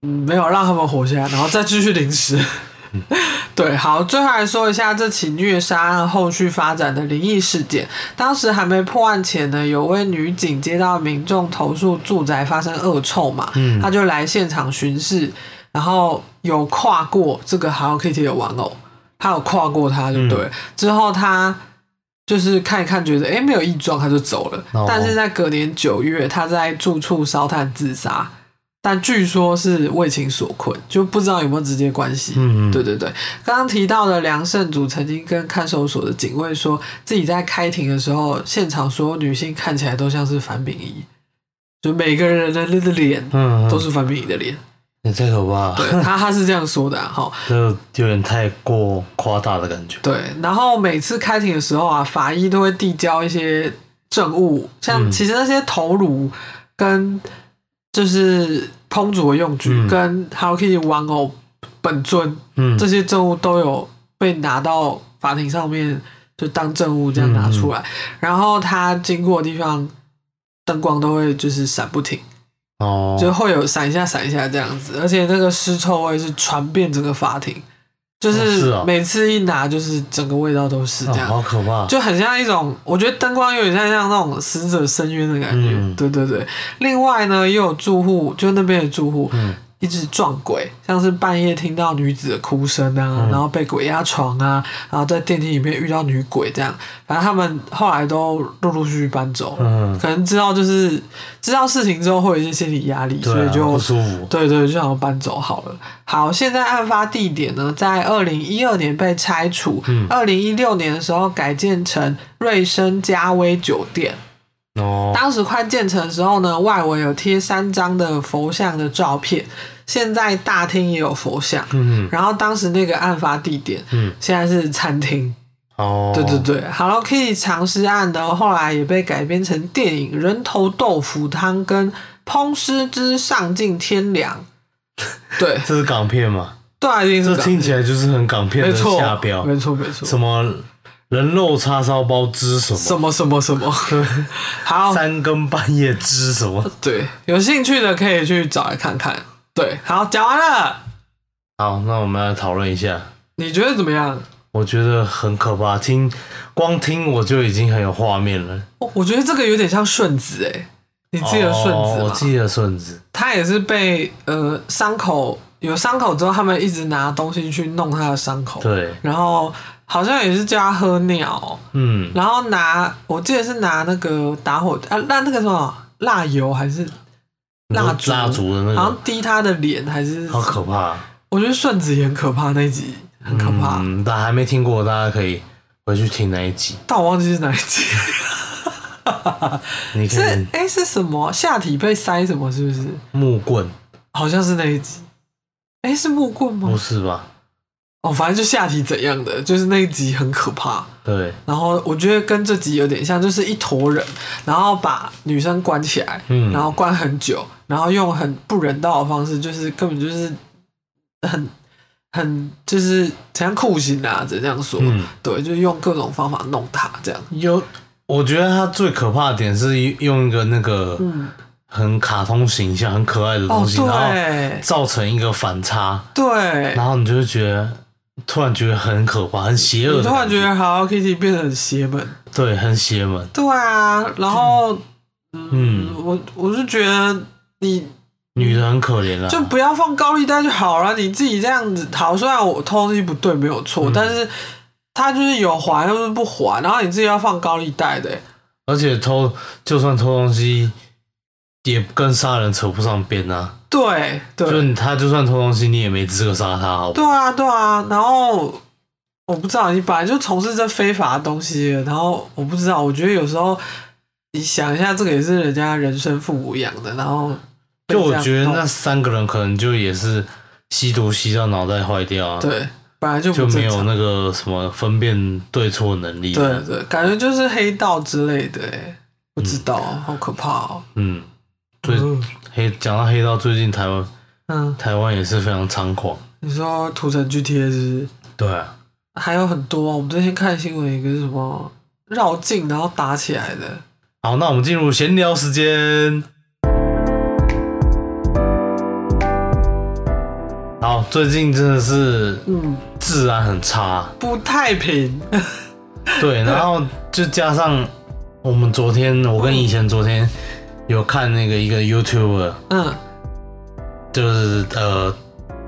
[SPEAKER 1] 没有让他们活下来，然后再继续凌迟。 对，好，最后来说一下这起虐杀案后续发展的灵异事件。当时还没破案前呢，有位女警接到民众投诉住宅发生恶臭嘛，
[SPEAKER 2] 嗯
[SPEAKER 1] 她就来现场巡视，然后有跨过这个 Hello Kitty 的玩偶，她有跨过它，就
[SPEAKER 2] 嗯
[SPEAKER 1] 对了。之后她就是看一看，觉得诶没有异状，她就走了。
[SPEAKER 2] 哦
[SPEAKER 1] 但是在隔年九月，她在住处烧炭自杀。但据说是为情所困，就不知道有没有直接关系。
[SPEAKER 2] 嗯嗯
[SPEAKER 1] 对对对。刚刚提到的梁胜祖曾经跟看守所的警卫说，自己在开庭的时候，现场所有女性看起来都像是樊秉仪，就每个人的那个脸
[SPEAKER 2] 嗯，
[SPEAKER 1] 都是樊秉仪的脸。
[SPEAKER 2] 也太可怕了，
[SPEAKER 1] 对他他是这样说的啊哈、齁
[SPEAKER 2] 这有点太过夸大的感觉。
[SPEAKER 1] 对，然后每次开庭的时候啊，法医都会递交一些证物，像
[SPEAKER 2] 嗯
[SPEAKER 1] 其实那些头颅跟就是烹煮的用具、
[SPEAKER 2] 嗯
[SPEAKER 1] 跟 Hello Kitty 玩偶本尊
[SPEAKER 2] 嗯
[SPEAKER 1] 这些证物都有被拿到法庭上面，就当证物这样拿出来。
[SPEAKER 2] 嗯
[SPEAKER 1] 然后他经过的地方，灯光都会就是闪不停，
[SPEAKER 2] 哦，
[SPEAKER 1] 就会有闪一下闪一下这样子，而且那个尸臭味是传遍整个法庭，就
[SPEAKER 2] 哦是
[SPEAKER 1] 是
[SPEAKER 2] 哦
[SPEAKER 1] 每次一拿就是整个味道都是这
[SPEAKER 2] 哦
[SPEAKER 1] 样。
[SPEAKER 2] 好可怕。
[SPEAKER 1] 就很像一种，我觉得灯光有点像像那种死者深渊的感觉，
[SPEAKER 2] 嗯
[SPEAKER 1] 对对对。另外呢，也有住户，就那边的住户，
[SPEAKER 2] 嗯
[SPEAKER 1] 一直撞鬼，像是半夜听到女子的哭声啊，
[SPEAKER 2] 嗯
[SPEAKER 1] 然后被鬼压床啊，然后在电梯里面遇到女鬼这样。反正他们后来都陆陆续续搬走，
[SPEAKER 2] 嗯，
[SPEAKER 1] 可能知道就是知道事情之后会有一些心理压力，
[SPEAKER 2] 对
[SPEAKER 1] 所以
[SPEAKER 2] 啊
[SPEAKER 1] 就
[SPEAKER 2] 不舒服。
[SPEAKER 1] 对对，就想要搬走好了。好，现在案发地点呢，在二零一二年被拆除
[SPEAKER 2] 嗯，
[SPEAKER 1] 二零一六年的时候改建成瑞生嘉威酒店。
[SPEAKER 2] 哦，
[SPEAKER 1] 当时快建成的时候呢，外围有贴三张的佛像的照片，现在大厅也有佛像。
[SPEAKER 2] 嗯
[SPEAKER 1] 然后当时那个案发地点
[SPEAKER 2] 嗯，
[SPEAKER 1] 现在是餐厅，
[SPEAKER 2] 哦，
[SPEAKER 1] 对对对，Hello Kitty 藏尸案呢，后来也被改编成电影《人头豆腐汤》跟《烹尸之丧尽天良》。对，
[SPEAKER 2] 这是港片嘛？
[SPEAKER 1] 对啊，一定是
[SPEAKER 2] 这
[SPEAKER 1] 港
[SPEAKER 2] 听起来就是很港片
[SPEAKER 1] 没
[SPEAKER 2] 的
[SPEAKER 1] 错
[SPEAKER 2] 下标，
[SPEAKER 1] 没错没错，
[SPEAKER 2] 什么人肉叉烧包之什么，
[SPEAKER 1] 什么什么什么， 好，
[SPEAKER 2] 三更半夜之什么。
[SPEAKER 1] 对，有兴趣的可以去找来看看。对，好，讲完了，呃
[SPEAKER 2] 好，那我们来讨论一下，
[SPEAKER 1] 你觉得怎么样？
[SPEAKER 2] 我觉得很可怕，听光听我就已经很有画面了。
[SPEAKER 1] 哦我我觉得这个有点像顺子哎、你记得顺
[SPEAKER 2] 哦我
[SPEAKER 1] 子吗？
[SPEAKER 2] 记得顺子，
[SPEAKER 1] 他也是被呃伤口有伤口之后，他们一直拿东西去弄他的伤口。
[SPEAKER 2] 对，
[SPEAKER 1] 然后好像也是叫他喝尿，
[SPEAKER 2] 嗯，
[SPEAKER 1] 然后拿我记得是拿那个打火啊，那那个什么蜡油还是蜡烛，
[SPEAKER 2] 蜡烛的那
[SPEAKER 1] 好像
[SPEAKER 2] 个，
[SPEAKER 1] 滴他的脸还是，
[SPEAKER 2] 好可怕，
[SPEAKER 1] 我觉得顺子也很可怕那一集很可怕，
[SPEAKER 2] 嗯，但还没听过，大家可以回去听那一集。
[SPEAKER 1] 但我忘记是哪一集，
[SPEAKER 2] 你可
[SPEAKER 1] 是
[SPEAKER 2] 以
[SPEAKER 1] 哎、是什么下体被塞什么是不是？
[SPEAKER 2] 木棍，
[SPEAKER 1] 好像是那一集，哎、是木棍
[SPEAKER 2] 不
[SPEAKER 1] 吗？
[SPEAKER 2] 是吧？
[SPEAKER 1] 哦，反正就下体怎样的，就是那一集很可怕。
[SPEAKER 2] 对，
[SPEAKER 1] 然后我觉得跟这集有点像，就是一坨人，然后把女生关起来，
[SPEAKER 2] 嗯
[SPEAKER 1] 然后关很久，然后用很不人道的方式，就是根本就是很很就是怎样酷刑啊，只能这样说，
[SPEAKER 2] 嗯
[SPEAKER 1] 对，就用各种方法弄她这样，
[SPEAKER 2] 有，我觉得它最可怕的点是用一个那个
[SPEAKER 1] 嗯，
[SPEAKER 2] 很卡通形象、很可爱的
[SPEAKER 1] 哦
[SPEAKER 2] 东，西，然后
[SPEAKER 1] 对
[SPEAKER 2] 造成一个反差，
[SPEAKER 1] 对，
[SPEAKER 2] 然后你就会觉得突然觉得很可怕、很邪恶
[SPEAKER 1] 你
[SPEAKER 2] 的
[SPEAKER 1] 突然
[SPEAKER 2] 感
[SPEAKER 1] 觉
[SPEAKER 2] 觉，
[SPEAKER 1] 得 Hello Kitty 变得很邪门，
[SPEAKER 2] 对，很邪门。
[SPEAKER 1] 对啊，然后
[SPEAKER 2] 嗯，
[SPEAKER 1] 我我是觉得你
[SPEAKER 2] 女的很可怜啊，
[SPEAKER 1] 就不要放高利贷就好了。你自己这样子，好，虽然我偷东西不对，没有错，但是他就是有还，又是不还，然后你自己要放高利贷的、欸
[SPEAKER 2] 而且偷就算偷东西，也跟杀人扯不上边啊。
[SPEAKER 1] 对
[SPEAKER 2] 就
[SPEAKER 1] 对
[SPEAKER 2] 你他就算偷东西，你也没资格杀他，好不
[SPEAKER 1] 对
[SPEAKER 2] 好？
[SPEAKER 1] 啊对啊。然后我不知道，你本来就从事这非法的东西了，然后我不知道，我觉得有时候你想一下，这个也是人家人生父母养的，然后被
[SPEAKER 2] 就
[SPEAKER 1] 这
[SPEAKER 2] 我
[SPEAKER 1] 样哦
[SPEAKER 2] 觉得
[SPEAKER 1] 弄
[SPEAKER 2] 那三个人可能就也是吸毒吸到脑袋坏掉啊，
[SPEAKER 1] 对本来就不
[SPEAKER 2] 就没
[SPEAKER 1] 正常
[SPEAKER 2] 有。那个什么分辨对错能力、啊。
[SPEAKER 1] 对，对，感觉就是黑道之类的、欸，不知道，好可怕哦、
[SPEAKER 2] 嗯，最黑讲到黑道，最近台湾
[SPEAKER 1] 嗯，
[SPEAKER 2] 台湾也是非常猖狂。
[SPEAKER 1] 你说土城 GTA 是不是？
[SPEAKER 2] 对、啊，
[SPEAKER 1] 还有很多、啊，我们之前看新闻，一个是什么绕境然后打起来的，
[SPEAKER 2] 好，那我们进入闲聊时间。好，最近真的是，嗯，治安很差。
[SPEAKER 1] 不太平。嗯
[SPEAKER 2] 对，然后就加上我们昨天，我跟以前昨天有看那个一个 YouTuber，
[SPEAKER 1] 嗯
[SPEAKER 2] 就是呃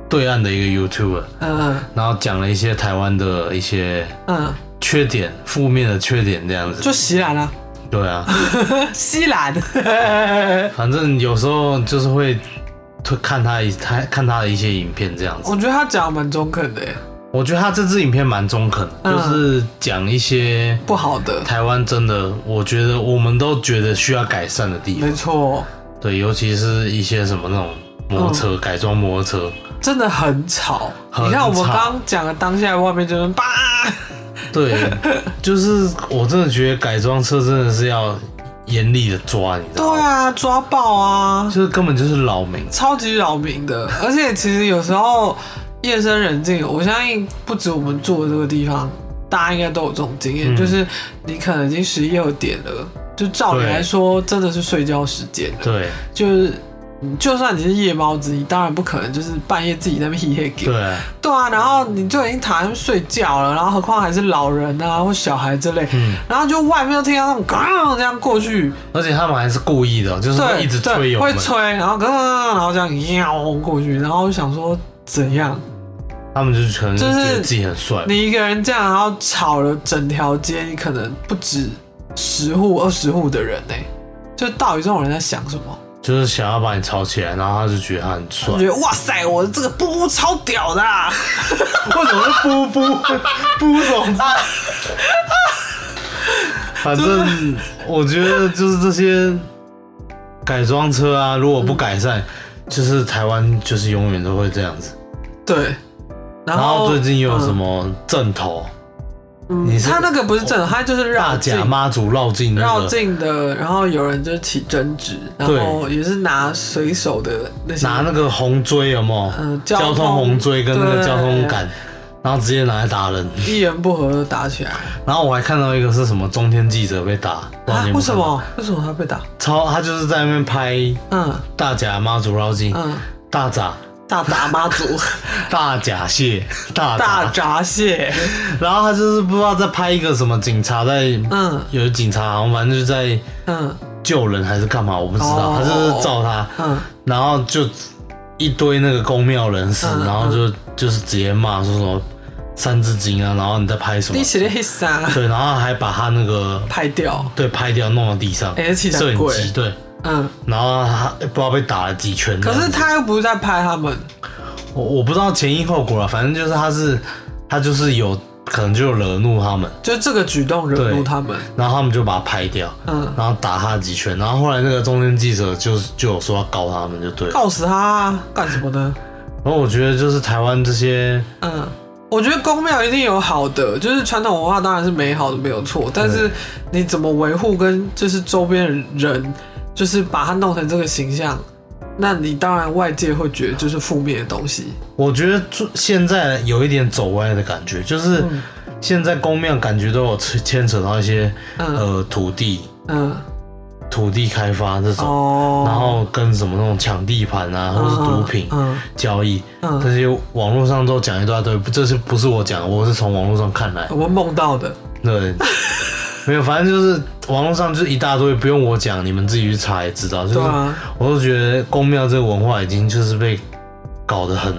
[SPEAKER 2] 对岸的一个 YouTuber，
[SPEAKER 1] 嗯
[SPEAKER 2] 然后讲了一些台湾的一些
[SPEAKER 1] 嗯，
[SPEAKER 2] 缺点、负面的缺点这样子。
[SPEAKER 1] 就西兰啊，
[SPEAKER 2] 对啊，
[SPEAKER 1] 西兰。
[SPEAKER 2] 反正有时候就是会会看他一他看他的一些影片这样子。
[SPEAKER 1] 我觉得他讲得蛮中肯的耶，
[SPEAKER 2] 我觉得他这支影片蛮中肯的，
[SPEAKER 1] 嗯
[SPEAKER 2] 就是讲一些
[SPEAKER 1] 不好的，
[SPEAKER 2] 台湾真的，我觉得我们都觉得需要改善的地方
[SPEAKER 1] 没。错，
[SPEAKER 2] 对，尤其是一些什么那种摩托
[SPEAKER 1] 嗯
[SPEAKER 2] 车、改装摩托车，
[SPEAKER 1] 真的很吵。
[SPEAKER 2] 很
[SPEAKER 1] 你看我们
[SPEAKER 2] 吵
[SPEAKER 1] 刚讲的当下，外面就是叭，
[SPEAKER 2] 对，就是我真的觉得改装车真的是要严厉的抓，你知道
[SPEAKER 1] 对
[SPEAKER 2] 吗？
[SPEAKER 1] 啊，抓爆啊，
[SPEAKER 2] 就是根本就是扰民。
[SPEAKER 1] 超级扰民的。而且其实有时候夜深人静，我相信不止我们住的这个地方，大家应该都有这种经验，
[SPEAKER 2] 嗯
[SPEAKER 1] 就是你可能已经十一二点了，就照理
[SPEAKER 2] 对
[SPEAKER 1] 来说真的是睡觉时间了，
[SPEAKER 2] 对
[SPEAKER 1] 就是。你就算你是夜猫子，你当然不可能就是半夜自己在那边嘿嘿给
[SPEAKER 2] 对
[SPEAKER 1] 对啊，然后你就已经躺在那边睡觉了，然后何况还是老人啊或小孩之类，
[SPEAKER 2] 嗯
[SPEAKER 1] 然后就外面就听到那种嘎这样过去，
[SPEAKER 2] 而且他们还是故意的，就是会
[SPEAKER 1] 对，
[SPEAKER 2] 嗯一直
[SPEAKER 1] 对
[SPEAKER 2] 吹油
[SPEAKER 1] 会
[SPEAKER 2] 门。
[SPEAKER 1] 吹，然后嘎，然后这样喵过去，然后我想说怎样，
[SPEAKER 2] 他们就是可能就
[SPEAKER 1] 就是
[SPEAKER 2] 觉得自己很帅。
[SPEAKER 1] 你一个人这样，然后吵了整条街，你可能不止十户二十户的人呢、就到底这种人在想什么？
[SPEAKER 2] 就是想要把你吵起来，然后他就觉得他很帅
[SPEAKER 1] 我。觉得哇塞，我这个布布超屌的、啊，
[SPEAKER 2] 为什么是布布 布总
[SPEAKER 1] 啊
[SPEAKER 2] 裁？ 反正我觉得就是这些改装车啊，如果不改善，
[SPEAKER 1] 嗯
[SPEAKER 2] 就是台湾就是永远都会这样子。
[SPEAKER 1] 对。然
[SPEAKER 2] 然
[SPEAKER 1] 后
[SPEAKER 2] 后最近又有什么正头、
[SPEAKER 1] 嗯
[SPEAKER 2] 你是哦
[SPEAKER 1] 他那个不是正，他就是绕
[SPEAKER 2] 大
[SPEAKER 1] 进
[SPEAKER 2] 甲妈祖绕境那
[SPEAKER 1] 绕
[SPEAKER 2] 个，
[SPEAKER 1] 境的，然后有人就起争执，然后也是拿随手的那些
[SPEAKER 2] 拿那个红锥有没有？
[SPEAKER 1] 嗯交
[SPEAKER 2] 交
[SPEAKER 1] 通
[SPEAKER 2] 通红锥跟那个
[SPEAKER 1] 对
[SPEAKER 2] 交通杆，然后直接拿来打人。
[SPEAKER 1] 一言不合就打起来
[SPEAKER 2] 然后我还看到一个是什么中天记者被打，不知道
[SPEAKER 1] 啊
[SPEAKER 2] 你？有没有
[SPEAKER 1] 为什
[SPEAKER 2] 看到？
[SPEAKER 1] 么？为什么他被打？
[SPEAKER 2] 超他就是在那边拍
[SPEAKER 1] 嗯
[SPEAKER 2] 大甲妈祖绕境，
[SPEAKER 1] 嗯，
[SPEAKER 2] 大闸、
[SPEAKER 1] 大闸妈祖，
[SPEAKER 2] 大闸蟹、 大
[SPEAKER 1] 大
[SPEAKER 2] 闸，
[SPEAKER 1] 闸蟹，
[SPEAKER 2] 然后他就是不知道在拍一个什么警察在，
[SPEAKER 1] 嗯
[SPEAKER 2] 有警察好像反正就是在
[SPEAKER 1] 嗯
[SPEAKER 2] 救人还是干嘛，我不知道，
[SPEAKER 1] 哦
[SPEAKER 2] 他就是照他，
[SPEAKER 1] 嗯，
[SPEAKER 2] 然后就一堆那个公庙人士，
[SPEAKER 1] 嗯
[SPEAKER 2] 然后就就是直接骂说什么三字经啊，然后你在拍什么
[SPEAKER 1] 你？写的黑啥？
[SPEAKER 2] 对，然后还把他那个
[SPEAKER 1] 拍掉，
[SPEAKER 2] 对拍掉弄到地上，
[SPEAKER 1] 哎，气
[SPEAKER 2] 摄
[SPEAKER 1] 很
[SPEAKER 2] 影
[SPEAKER 1] 贵，
[SPEAKER 2] 机对，
[SPEAKER 1] 嗯，
[SPEAKER 2] 然后他不知道被打了几拳这
[SPEAKER 1] 可
[SPEAKER 2] 样子。
[SPEAKER 1] 是他又不是在拍他们，
[SPEAKER 2] 我我不知道前因后果了，啊反正就是他是他就是有可能就有惹怒他们，
[SPEAKER 1] 就这个举动惹怒
[SPEAKER 2] 对
[SPEAKER 1] 他们，
[SPEAKER 2] 然后他们就把他拍掉，
[SPEAKER 1] 嗯，
[SPEAKER 2] 然后打他几拳，然后后来那个中间记者就就有说要告他们就对了。
[SPEAKER 1] 告死他啊干什么呢？
[SPEAKER 2] 然后我觉得就是台湾这些
[SPEAKER 1] 嗯，我觉得宫庙一定有好的，就是传统文化当然是美好的没有错，但是你怎么维护跟就是周边人，就是把它弄成这个形象，那你当然外界会觉得就是负面的东西。
[SPEAKER 2] 我觉得最现在有一点走歪的感觉，就是
[SPEAKER 1] 嗯
[SPEAKER 2] 现在公庙感觉都有牵牵扯到一些
[SPEAKER 1] 嗯
[SPEAKER 2] 呃土地
[SPEAKER 1] 嗯
[SPEAKER 2] 土地开发这种，
[SPEAKER 1] 哦，
[SPEAKER 2] 然后跟什么那种抢地盘啊，或是毒品
[SPEAKER 1] 嗯
[SPEAKER 2] 交易，
[SPEAKER 1] 嗯，
[SPEAKER 2] 这些网络上都讲一大堆，不这是不是我讲的，我是从网络上看来
[SPEAKER 1] 嗯我。们梦到的，
[SPEAKER 2] 对，没有，反正就是网络上就是一大堆，不用我讲，你们自己去查也知道。就是
[SPEAKER 1] 对啊，
[SPEAKER 2] 我都觉得公庙这个文化已经就是被搞得很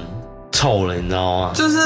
[SPEAKER 2] 臭了，你知道吗？
[SPEAKER 1] 就是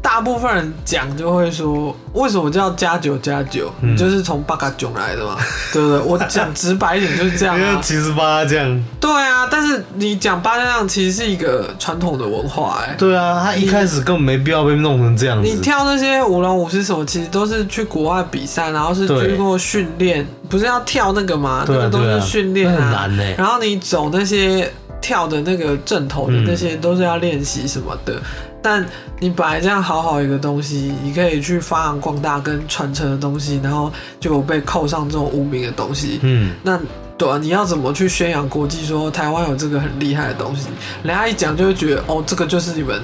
[SPEAKER 1] 大部分人讲就会说，为什么叫加九加九？
[SPEAKER 2] 嗯
[SPEAKER 1] 你就是从八嘎囧来的嘛，对不对？我讲直白一点就是这样
[SPEAKER 2] 因为
[SPEAKER 1] 啊。
[SPEAKER 2] 其实吧，这样，
[SPEAKER 1] 对啊，但是你讲八家将其实是一个传统的文化、哎，
[SPEAKER 2] 对啊，他一开始根本没必要被弄成这样
[SPEAKER 1] 你
[SPEAKER 2] 子。
[SPEAKER 1] 跳那些舞龙舞狮什么，其实都是去国外比赛，然后是
[SPEAKER 2] 对
[SPEAKER 1] 经过训练，不是要跳那个吗？
[SPEAKER 2] 对
[SPEAKER 1] 那
[SPEAKER 2] 啊
[SPEAKER 1] 个都
[SPEAKER 2] 对啊
[SPEAKER 1] 是训练
[SPEAKER 2] 那很
[SPEAKER 1] 啊。
[SPEAKER 2] 难欸呢
[SPEAKER 1] 然后你走那些跳的那个正头的
[SPEAKER 2] 嗯
[SPEAKER 1] 那些，都是要练习什么的。但你本来这样好好一个东西，你可以去发扬光大跟传承的东西，然后就被扣上这种污名的东西。
[SPEAKER 2] 嗯，
[SPEAKER 1] 那对啊，你要怎么去宣扬国际说台湾有这个很厉害的东西？人家一讲就会觉得哦，这个就是你们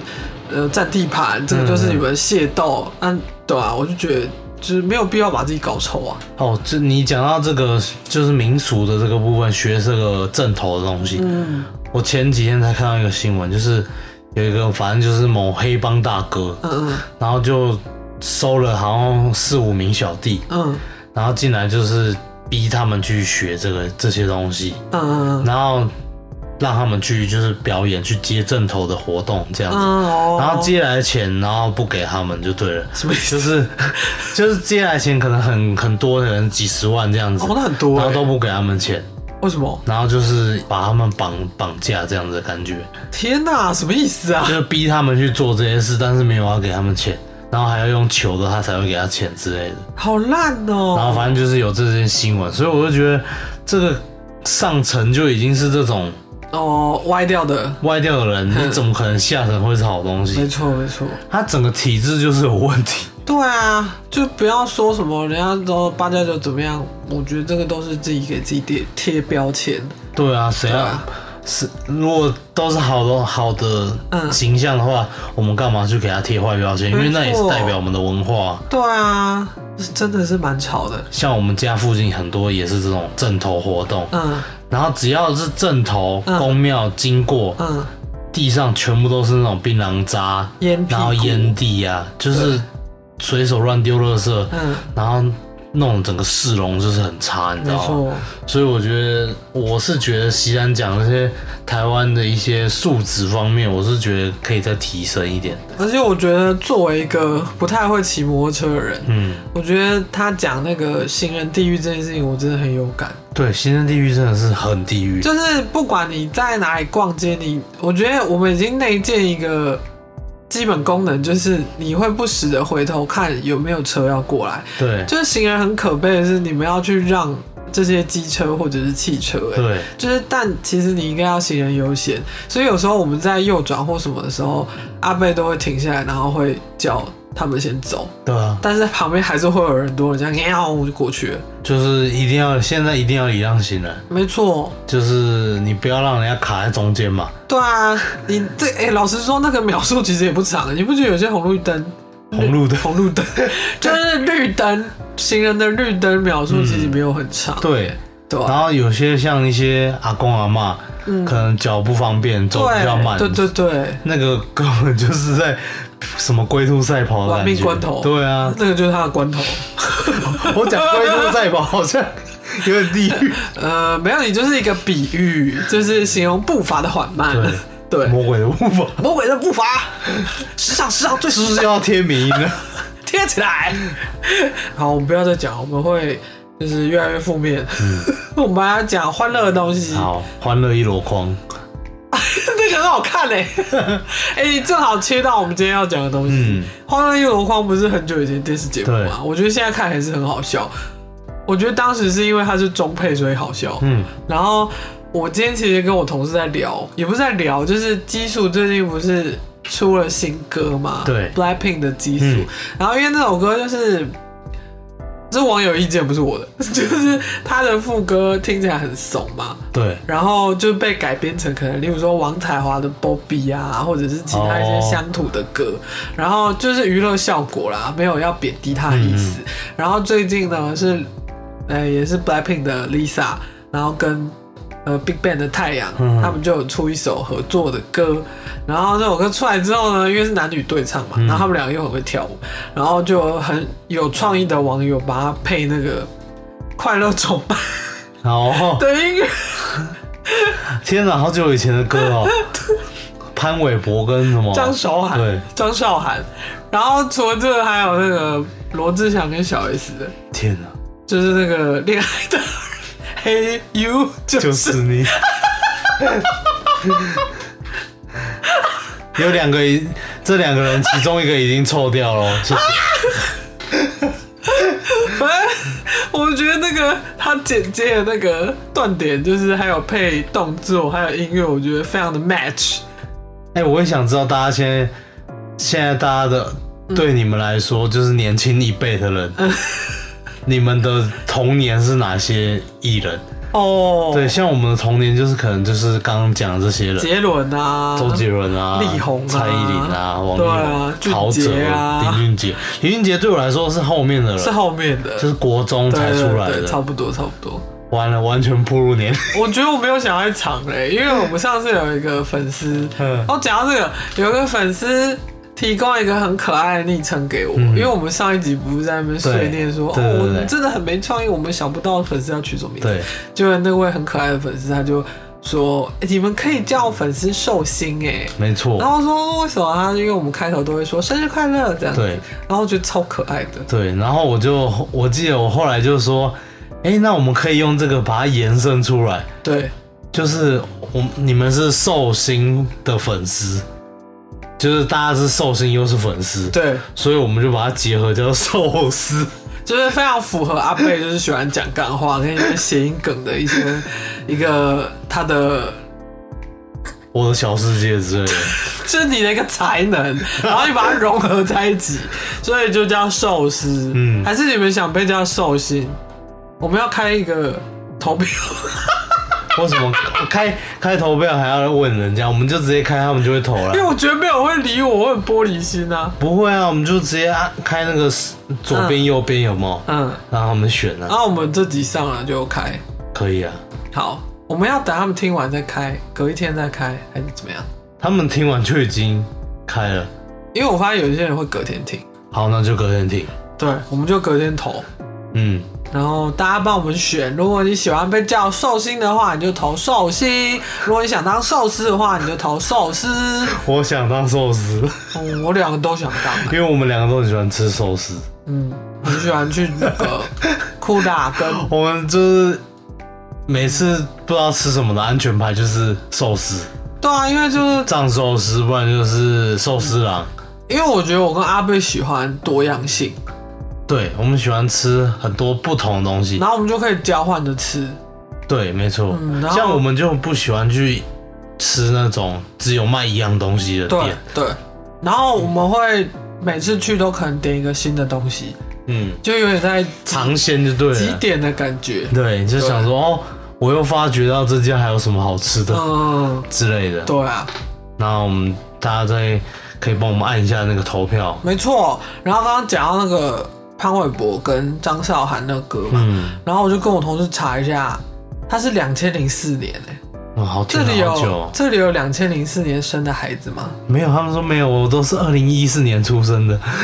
[SPEAKER 1] 呃占地盘，这个就是你们械斗，嗯、对啊，我就觉得就是没有必要把自己搞臭啊。
[SPEAKER 2] 哦，这你讲到这个就是民俗的这个部分，学这个正头的东西。
[SPEAKER 1] 嗯
[SPEAKER 2] 我前几天才看到一个新闻，就是有一个反正就是某黑帮大哥，
[SPEAKER 1] 嗯
[SPEAKER 2] 然后就收了好像四五名小弟，
[SPEAKER 1] 嗯
[SPEAKER 2] 然后进来就是逼他们去学这个这些东西，
[SPEAKER 1] 嗯嗯
[SPEAKER 2] 然后让他们去就是表演去接正头的活动这样子。
[SPEAKER 1] 嗯哦，
[SPEAKER 2] 然后借来的钱，然后不给他们就对了，
[SPEAKER 1] 什么意思
[SPEAKER 2] 就是就是借来的钱可能很很多，可能几十万这样子
[SPEAKER 1] 哦，，那很多
[SPEAKER 2] 然
[SPEAKER 1] 欸、
[SPEAKER 2] 后都不给他们钱，
[SPEAKER 1] 为什么？
[SPEAKER 2] 然后就是把他们绑绑架这样子的感觉，
[SPEAKER 1] 天哪，什么意思啊
[SPEAKER 2] 就？是逼他们去做这些事，但是没有要给他们钱，然后还要用求的他才会给他钱之类的，
[SPEAKER 1] 好烂
[SPEAKER 2] 然后
[SPEAKER 1] 哦！
[SPEAKER 2] 反正就是有这些新闻，所以我就觉得这个上层就已经是这种
[SPEAKER 1] 哦，歪掉的，
[SPEAKER 2] 歪掉的人，你怎么可能下层会是好东
[SPEAKER 1] 没
[SPEAKER 2] 西？
[SPEAKER 1] 错没错。
[SPEAKER 2] 他整个体制就是有问题。
[SPEAKER 1] 对啊，就不要说什么人家都八加九怎么样，我觉得这个都是自己给自己贴贴标签。
[SPEAKER 2] 对啊，谁要
[SPEAKER 1] 啊
[SPEAKER 2] 是如果都是好的好的
[SPEAKER 1] 嗯
[SPEAKER 2] 形象的话，我们干嘛去给他贴坏标签？因为那也是代表我们的文化。
[SPEAKER 1] 对啊，真的是蛮吵的。
[SPEAKER 2] 像我们家附近很多也是这种正头活动，
[SPEAKER 1] 嗯
[SPEAKER 2] 然后只要是正头
[SPEAKER 1] 嗯
[SPEAKER 2] 公庙经过，
[SPEAKER 1] 嗯，
[SPEAKER 2] 地上全部都是那种槟榔渣，
[SPEAKER 1] 烟屁
[SPEAKER 2] 然后
[SPEAKER 1] 股
[SPEAKER 2] 烟蒂啊，就是随手乱丢垃圾，
[SPEAKER 1] 嗯，
[SPEAKER 2] 然后弄整个市容就是很差，你知
[SPEAKER 1] 没
[SPEAKER 2] 道吗？
[SPEAKER 1] 错。
[SPEAKER 2] 所以我觉得，我是觉得席然讲那些台湾的一些素质方面，我是觉得可以再提升一点。
[SPEAKER 1] 而且我觉得，作为一个不太会骑摩托车的人，
[SPEAKER 2] 嗯，
[SPEAKER 1] 我觉得他讲那个行人地狱这件事情，我真的很有感。
[SPEAKER 2] 对，新生地狱真的是很地狱。
[SPEAKER 1] 就是不管你在哪里逛街，你我觉得我们已经内建一个基本功能，就是你会不时的回头看有没有车要过来。
[SPEAKER 2] 对
[SPEAKER 1] 就是行人很可悲的是，你们要去让这些机车或者是汽车、欸，
[SPEAKER 2] 对，
[SPEAKER 1] 就是，但其实你应该要行人优先，所以有时候我们在右转或什么的时候，阿贝都会停下来，然后会叫他们先走，
[SPEAKER 2] 对啊，
[SPEAKER 1] 但是旁边还是会有人多人这样，喵我就过去了。
[SPEAKER 2] 就是一定要现在一定要礼让行人，
[SPEAKER 1] 没错，
[SPEAKER 2] 就是你不要让人家卡在中间嘛。
[SPEAKER 1] 对啊，你这哎、老实说，那个秒数其实也不长，啊你不觉得有些红绿灯，
[SPEAKER 2] 红绿灯，红绿灯，
[SPEAKER 1] 就是绿灯，行人的绿灯秒数其实没有很长，
[SPEAKER 2] 对。
[SPEAKER 1] 对啊吧、
[SPEAKER 2] 嗯然后有些像一些阿公阿嬷，可能脚不方便，走比较慢，嗯
[SPEAKER 1] 对对对对，
[SPEAKER 2] 那个根本就是在什么龟兔赛跑的
[SPEAKER 1] 玩
[SPEAKER 2] 感觉。
[SPEAKER 1] 命关头
[SPEAKER 2] 对啊，
[SPEAKER 1] 那个就是他的关头。
[SPEAKER 2] 我讲龟兔赛跑好像有点地狱。
[SPEAKER 1] 呃，没有，你就是一个比喻，就是形容步伐的缓慢。 对，
[SPEAKER 2] 魔鬼的步伐
[SPEAKER 1] 魔鬼的步伐，时尚时尚最
[SPEAKER 2] 是
[SPEAKER 1] 时
[SPEAKER 2] 不是
[SPEAKER 1] 尚，
[SPEAKER 2] 要贴名 呢？
[SPEAKER 1] 贴起 来。好，我们不要再讲，我们会就是越来越负面。 我们还要讲欢乐的东西，
[SPEAKER 2] 嗯好，欢乐一箩筐。
[SPEAKER 1] 那个很好 看嘞、哎、你正好切到我们今天要讲的东西。
[SPEAKER 2] 嗯，
[SPEAKER 1] 欢乐一箩筐不是很久以前的电视节目吗？我觉得现在看还是很好笑。我觉得当时是因为它是中配，所以好笑。
[SPEAKER 2] 嗯，
[SPEAKER 1] 然后我今天其实跟我同事在聊，也不是在聊，就是基数最近不是出了新歌嘛？
[SPEAKER 2] 对
[SPEAKER 1] ，Blackpink 的基数。
[SPEAKER 2] 嗯
[SPEAKER 1] 然后因为那首歌就是，这网友意见不是我的， 就是它的副歌听起来很怂嘛，
[SPEAKER 2] 对，
[SPEAKER 1] 然后就被改编成可能，例如说王彩华的《Bobby》啊，或者是其他一些乡土的歌，然后就是娱乐效果啦，没有要贬低他的意思。然后最近呢是，呃，也是 Blackpink 的 Lisa，然后跟呃 Big Bang 的太阳，
[SPEAKER 2] 嗯
[SPEAKER 1] 他们就有出一首合作的歌。然后这首歌出来之后呢，因为是男女对唱嘛，然后他们两个又很会跳舞，然后就很有创意的网友把它配那个快乐崇拜
[SPEAKER 2] 好，
[SPEAKER 1] 的音乐。
[SPEAKER 2] 哦天哪，好久以前的歌 哦，潘玮柏跟什么
[SPEAKER 1] 张韶涵，
[SPEAKER 2] 哦对，
[SPEAKER 1] 张韶涵。然后除了这个，还有那个罗志祥跟小 S 的，
[SPEAKER 2] 天哪，
[SPEAKER 1] 就是那个恋爱的 Hey You，就 是、
[SPEAKER 2] 就是 你。有两个已，这两个人其中一个已经臭掉了，谢谢。
[SPEAKER 1] 啊反正哎我觉得那个他剪接的那个断点，就是还有配动作，还有音乐，我觉得非常的 match。
[SPEAKER 2] 哎、我也想知道大家现在现在大家的对你们来
[SPEAKER 1] 嗯
[SPEAKER 2] 说，就是年轻一辈的人，你们的童年是哪些艺人？
[SPEAKER 1] 哦，
[SPEAKER 2] 对，，像我们的童年就是可能就是刚刚讲的这些人，
[SPEAKER 1] 杰伦啊，
[SPEAKER 2] 周杰伦啊、
[SPEAKER 1] 力宏啊
[SPEAKER 2] 蔡依林啊、王力
[SPEAKER 1] 对
[SPEAKER 2] 宏、
[SPEAKER 1] 啊俊
[SPEAKER 2] 陶喆、
[SPEAKER 1] 杰啊
[SPEAKER 2] 林俊杰。林俊杰对我来说是后面的人，
[SPEAKER 1] 是后面的，
[SPEAKER 2] 就是国中
[SPEAKER 1] 对
[SPEAKER 2] 才
[SPEAKER 1] 对
[SPEAKER 2] 出来
[SPEAKER 1] 对
[SPEAKER 2] 的。
[SPEAKER 1] 差不多差不多。
[SPEAKER 2] 完了，完全步入年龄。
[SPEAKER 1] 我觉得我没有想要藏嘞、因为我们上次有一个粉丝，
[SPEAKER 2] 嗯
[SPEAKER 1] 哦，讲到这个，有一个粉丝提供一个很可爱的昵称给我，因为我们上一集不是在那边碎念说，
[SPEAKER 2] 嗯对对
[SPEAKER 1] 哦，
[SPEAKER 2] 对
[SPEAKER 1] 我们
[SPEAKER 2] 对
[SPEAKER 1] 真的很没创意，我们想不到粉丝要取什么名字
[SPEAKER 2] 对，，
[SPEAKER 1] 结果那位很可爱的粉丝他就说，欸你们可以叫粉丝寿星哎、
[SPEAKER 2] 没错
[SPEAKER 1] 然。后说为什么他？因为我们开头都会说生日快乐这样子
[SPEAKER 2] 对，
[SPEAKER 1] 然后觉得超可爱的。
[SPEAKER 2] 对，然后我就我记得我后来就说，哎，那我们可以用这个把它延伸出来，
[SPEAKER 1] 对，
[SPEAKER 2] 就是我你们是寿星的粉丝，就是大家是寿星又是粉丝，，
[SPEAKER 1] 对，
[SPEAKER 2] 所以我们就把它结合叫寿司。
[SPEAKER 1] 就是非常符合阿贝，就是喜欢讲干话跟一些谐音梗的一些一个他的，
[SPEAKER 2] 我的小世界之类的，
[SPEAKER 1] 就是你的一个才能，然后你把它融合在一起，所以就叫寿司。嗯，
[SPEAKER 2] 嗯
[SPEAKER 1] 还是你们想被叫寿星？我们要开一个投票，
[SPEAKER 2] 为什么开开投票还要问人家？我们就直接开，他们就会投了
[SPEAKER 1] 因为。我觉得没有人会理我，我很玻璃心啊。
[SPEAKER 2] 不会啊，我们就直接按开那个左边右边有没有，
[SPEAKER 1] 嗯，
[SPEAKER 2] 让他们选啊
[SPEAKER 1] 然，后我们这集上了就开，
[SPEAKER 2] 可以啊。
[SPEAKER 1] 好，我们要等他们听完再开，隔一天再开还是怎么样？
[SPEAKER 2] 他们听完就已经开了，
[SPEAKER 1] 因为我发现有一些人会隔天听，
[SPEAKER 2] 好，那就隔天听。
[SPEAKER 1] 对，我们就隔天投。
[SPEAKER 2] 嗯，
[SPEAKER 1] 然后大家帮我们选。如果你喜欢被叫寿星的话，你就投寿星；如果你想当寿司的话，你就投寿司。
[SPEAKER 2] 我想当寿司，
[SPEAKER 1] 嗯，我两个都想当。
[SPEAKER 2] 因为我们两个都很喜欢吃寿司。
[SPEAKER 1] 嗯，很喜欢去那个库大跟
[SPEAKER 2] 我们就是每次不知道吃什么的安全牌就是寿司，
[SPEAKER 1] 对啊，因为就是
[SPEAKER 2] 藏寿司，不然就是寿司郎。
[SPEAKER 1] 因为我觉得我跟阿贝喜欢多样性，
[SPEAKER 2] 对，我们喜欢吃很多不同的东西。
[SPEAKER 1] 然后我们就可以交换着吃。
[SPEAKER 2] 对，没错
[SPEAKER 1] 嗯然。后
[SPEAKER 2] 像我们就不喜欢去吃那种只有卖一样东西的
[SPEAKER 1] 对
[SPEAKER 2] 店。
[SPEAKER 1] 对，然后我们会每次去都可能点一个新的东西，
[SPEAKER 2] 嗯，
[SPEAKER 1] 就有点在
[SPEAKER 2] 尝鲜就对
[SPEAKER 1] 几
[SPEAKER 2] 了。
[SPEAKER 1] 点的感觉。
[SPEAKER 2] 对，就想说哦，我又发觉到这家还有什么好吃的
[SPEAKER 1] 嗯，
[SPEAKER 2] 之类的。
[SPEAKER 1] 对啊。
[SPEAKER 2] 那我们大家再可以帮我们按一下那个投票。
[SPEAKER 1] 没错。然后刚刚讲到那个潘玮柏跟张韶涵那个歌嘛，
[SPEAKER 2] 嗯，
[SPEAKER 1] 然后我就跟我同事查一下，他是两千零四年哎、
[SPEAKER 2] 嗯哇，好听
[SPEAKER 1] 这里
[SPEAKER 2] 好久
[SPEAKER 1] 有
[SPEAKER 2] 哦。
[SPEAKER 1] 这里有两千零四年生的孩子吗？
[SPEAKER 2] 没有，他们说没有，我都是二零一四年出生的。
[SPEAKER 1] 啊，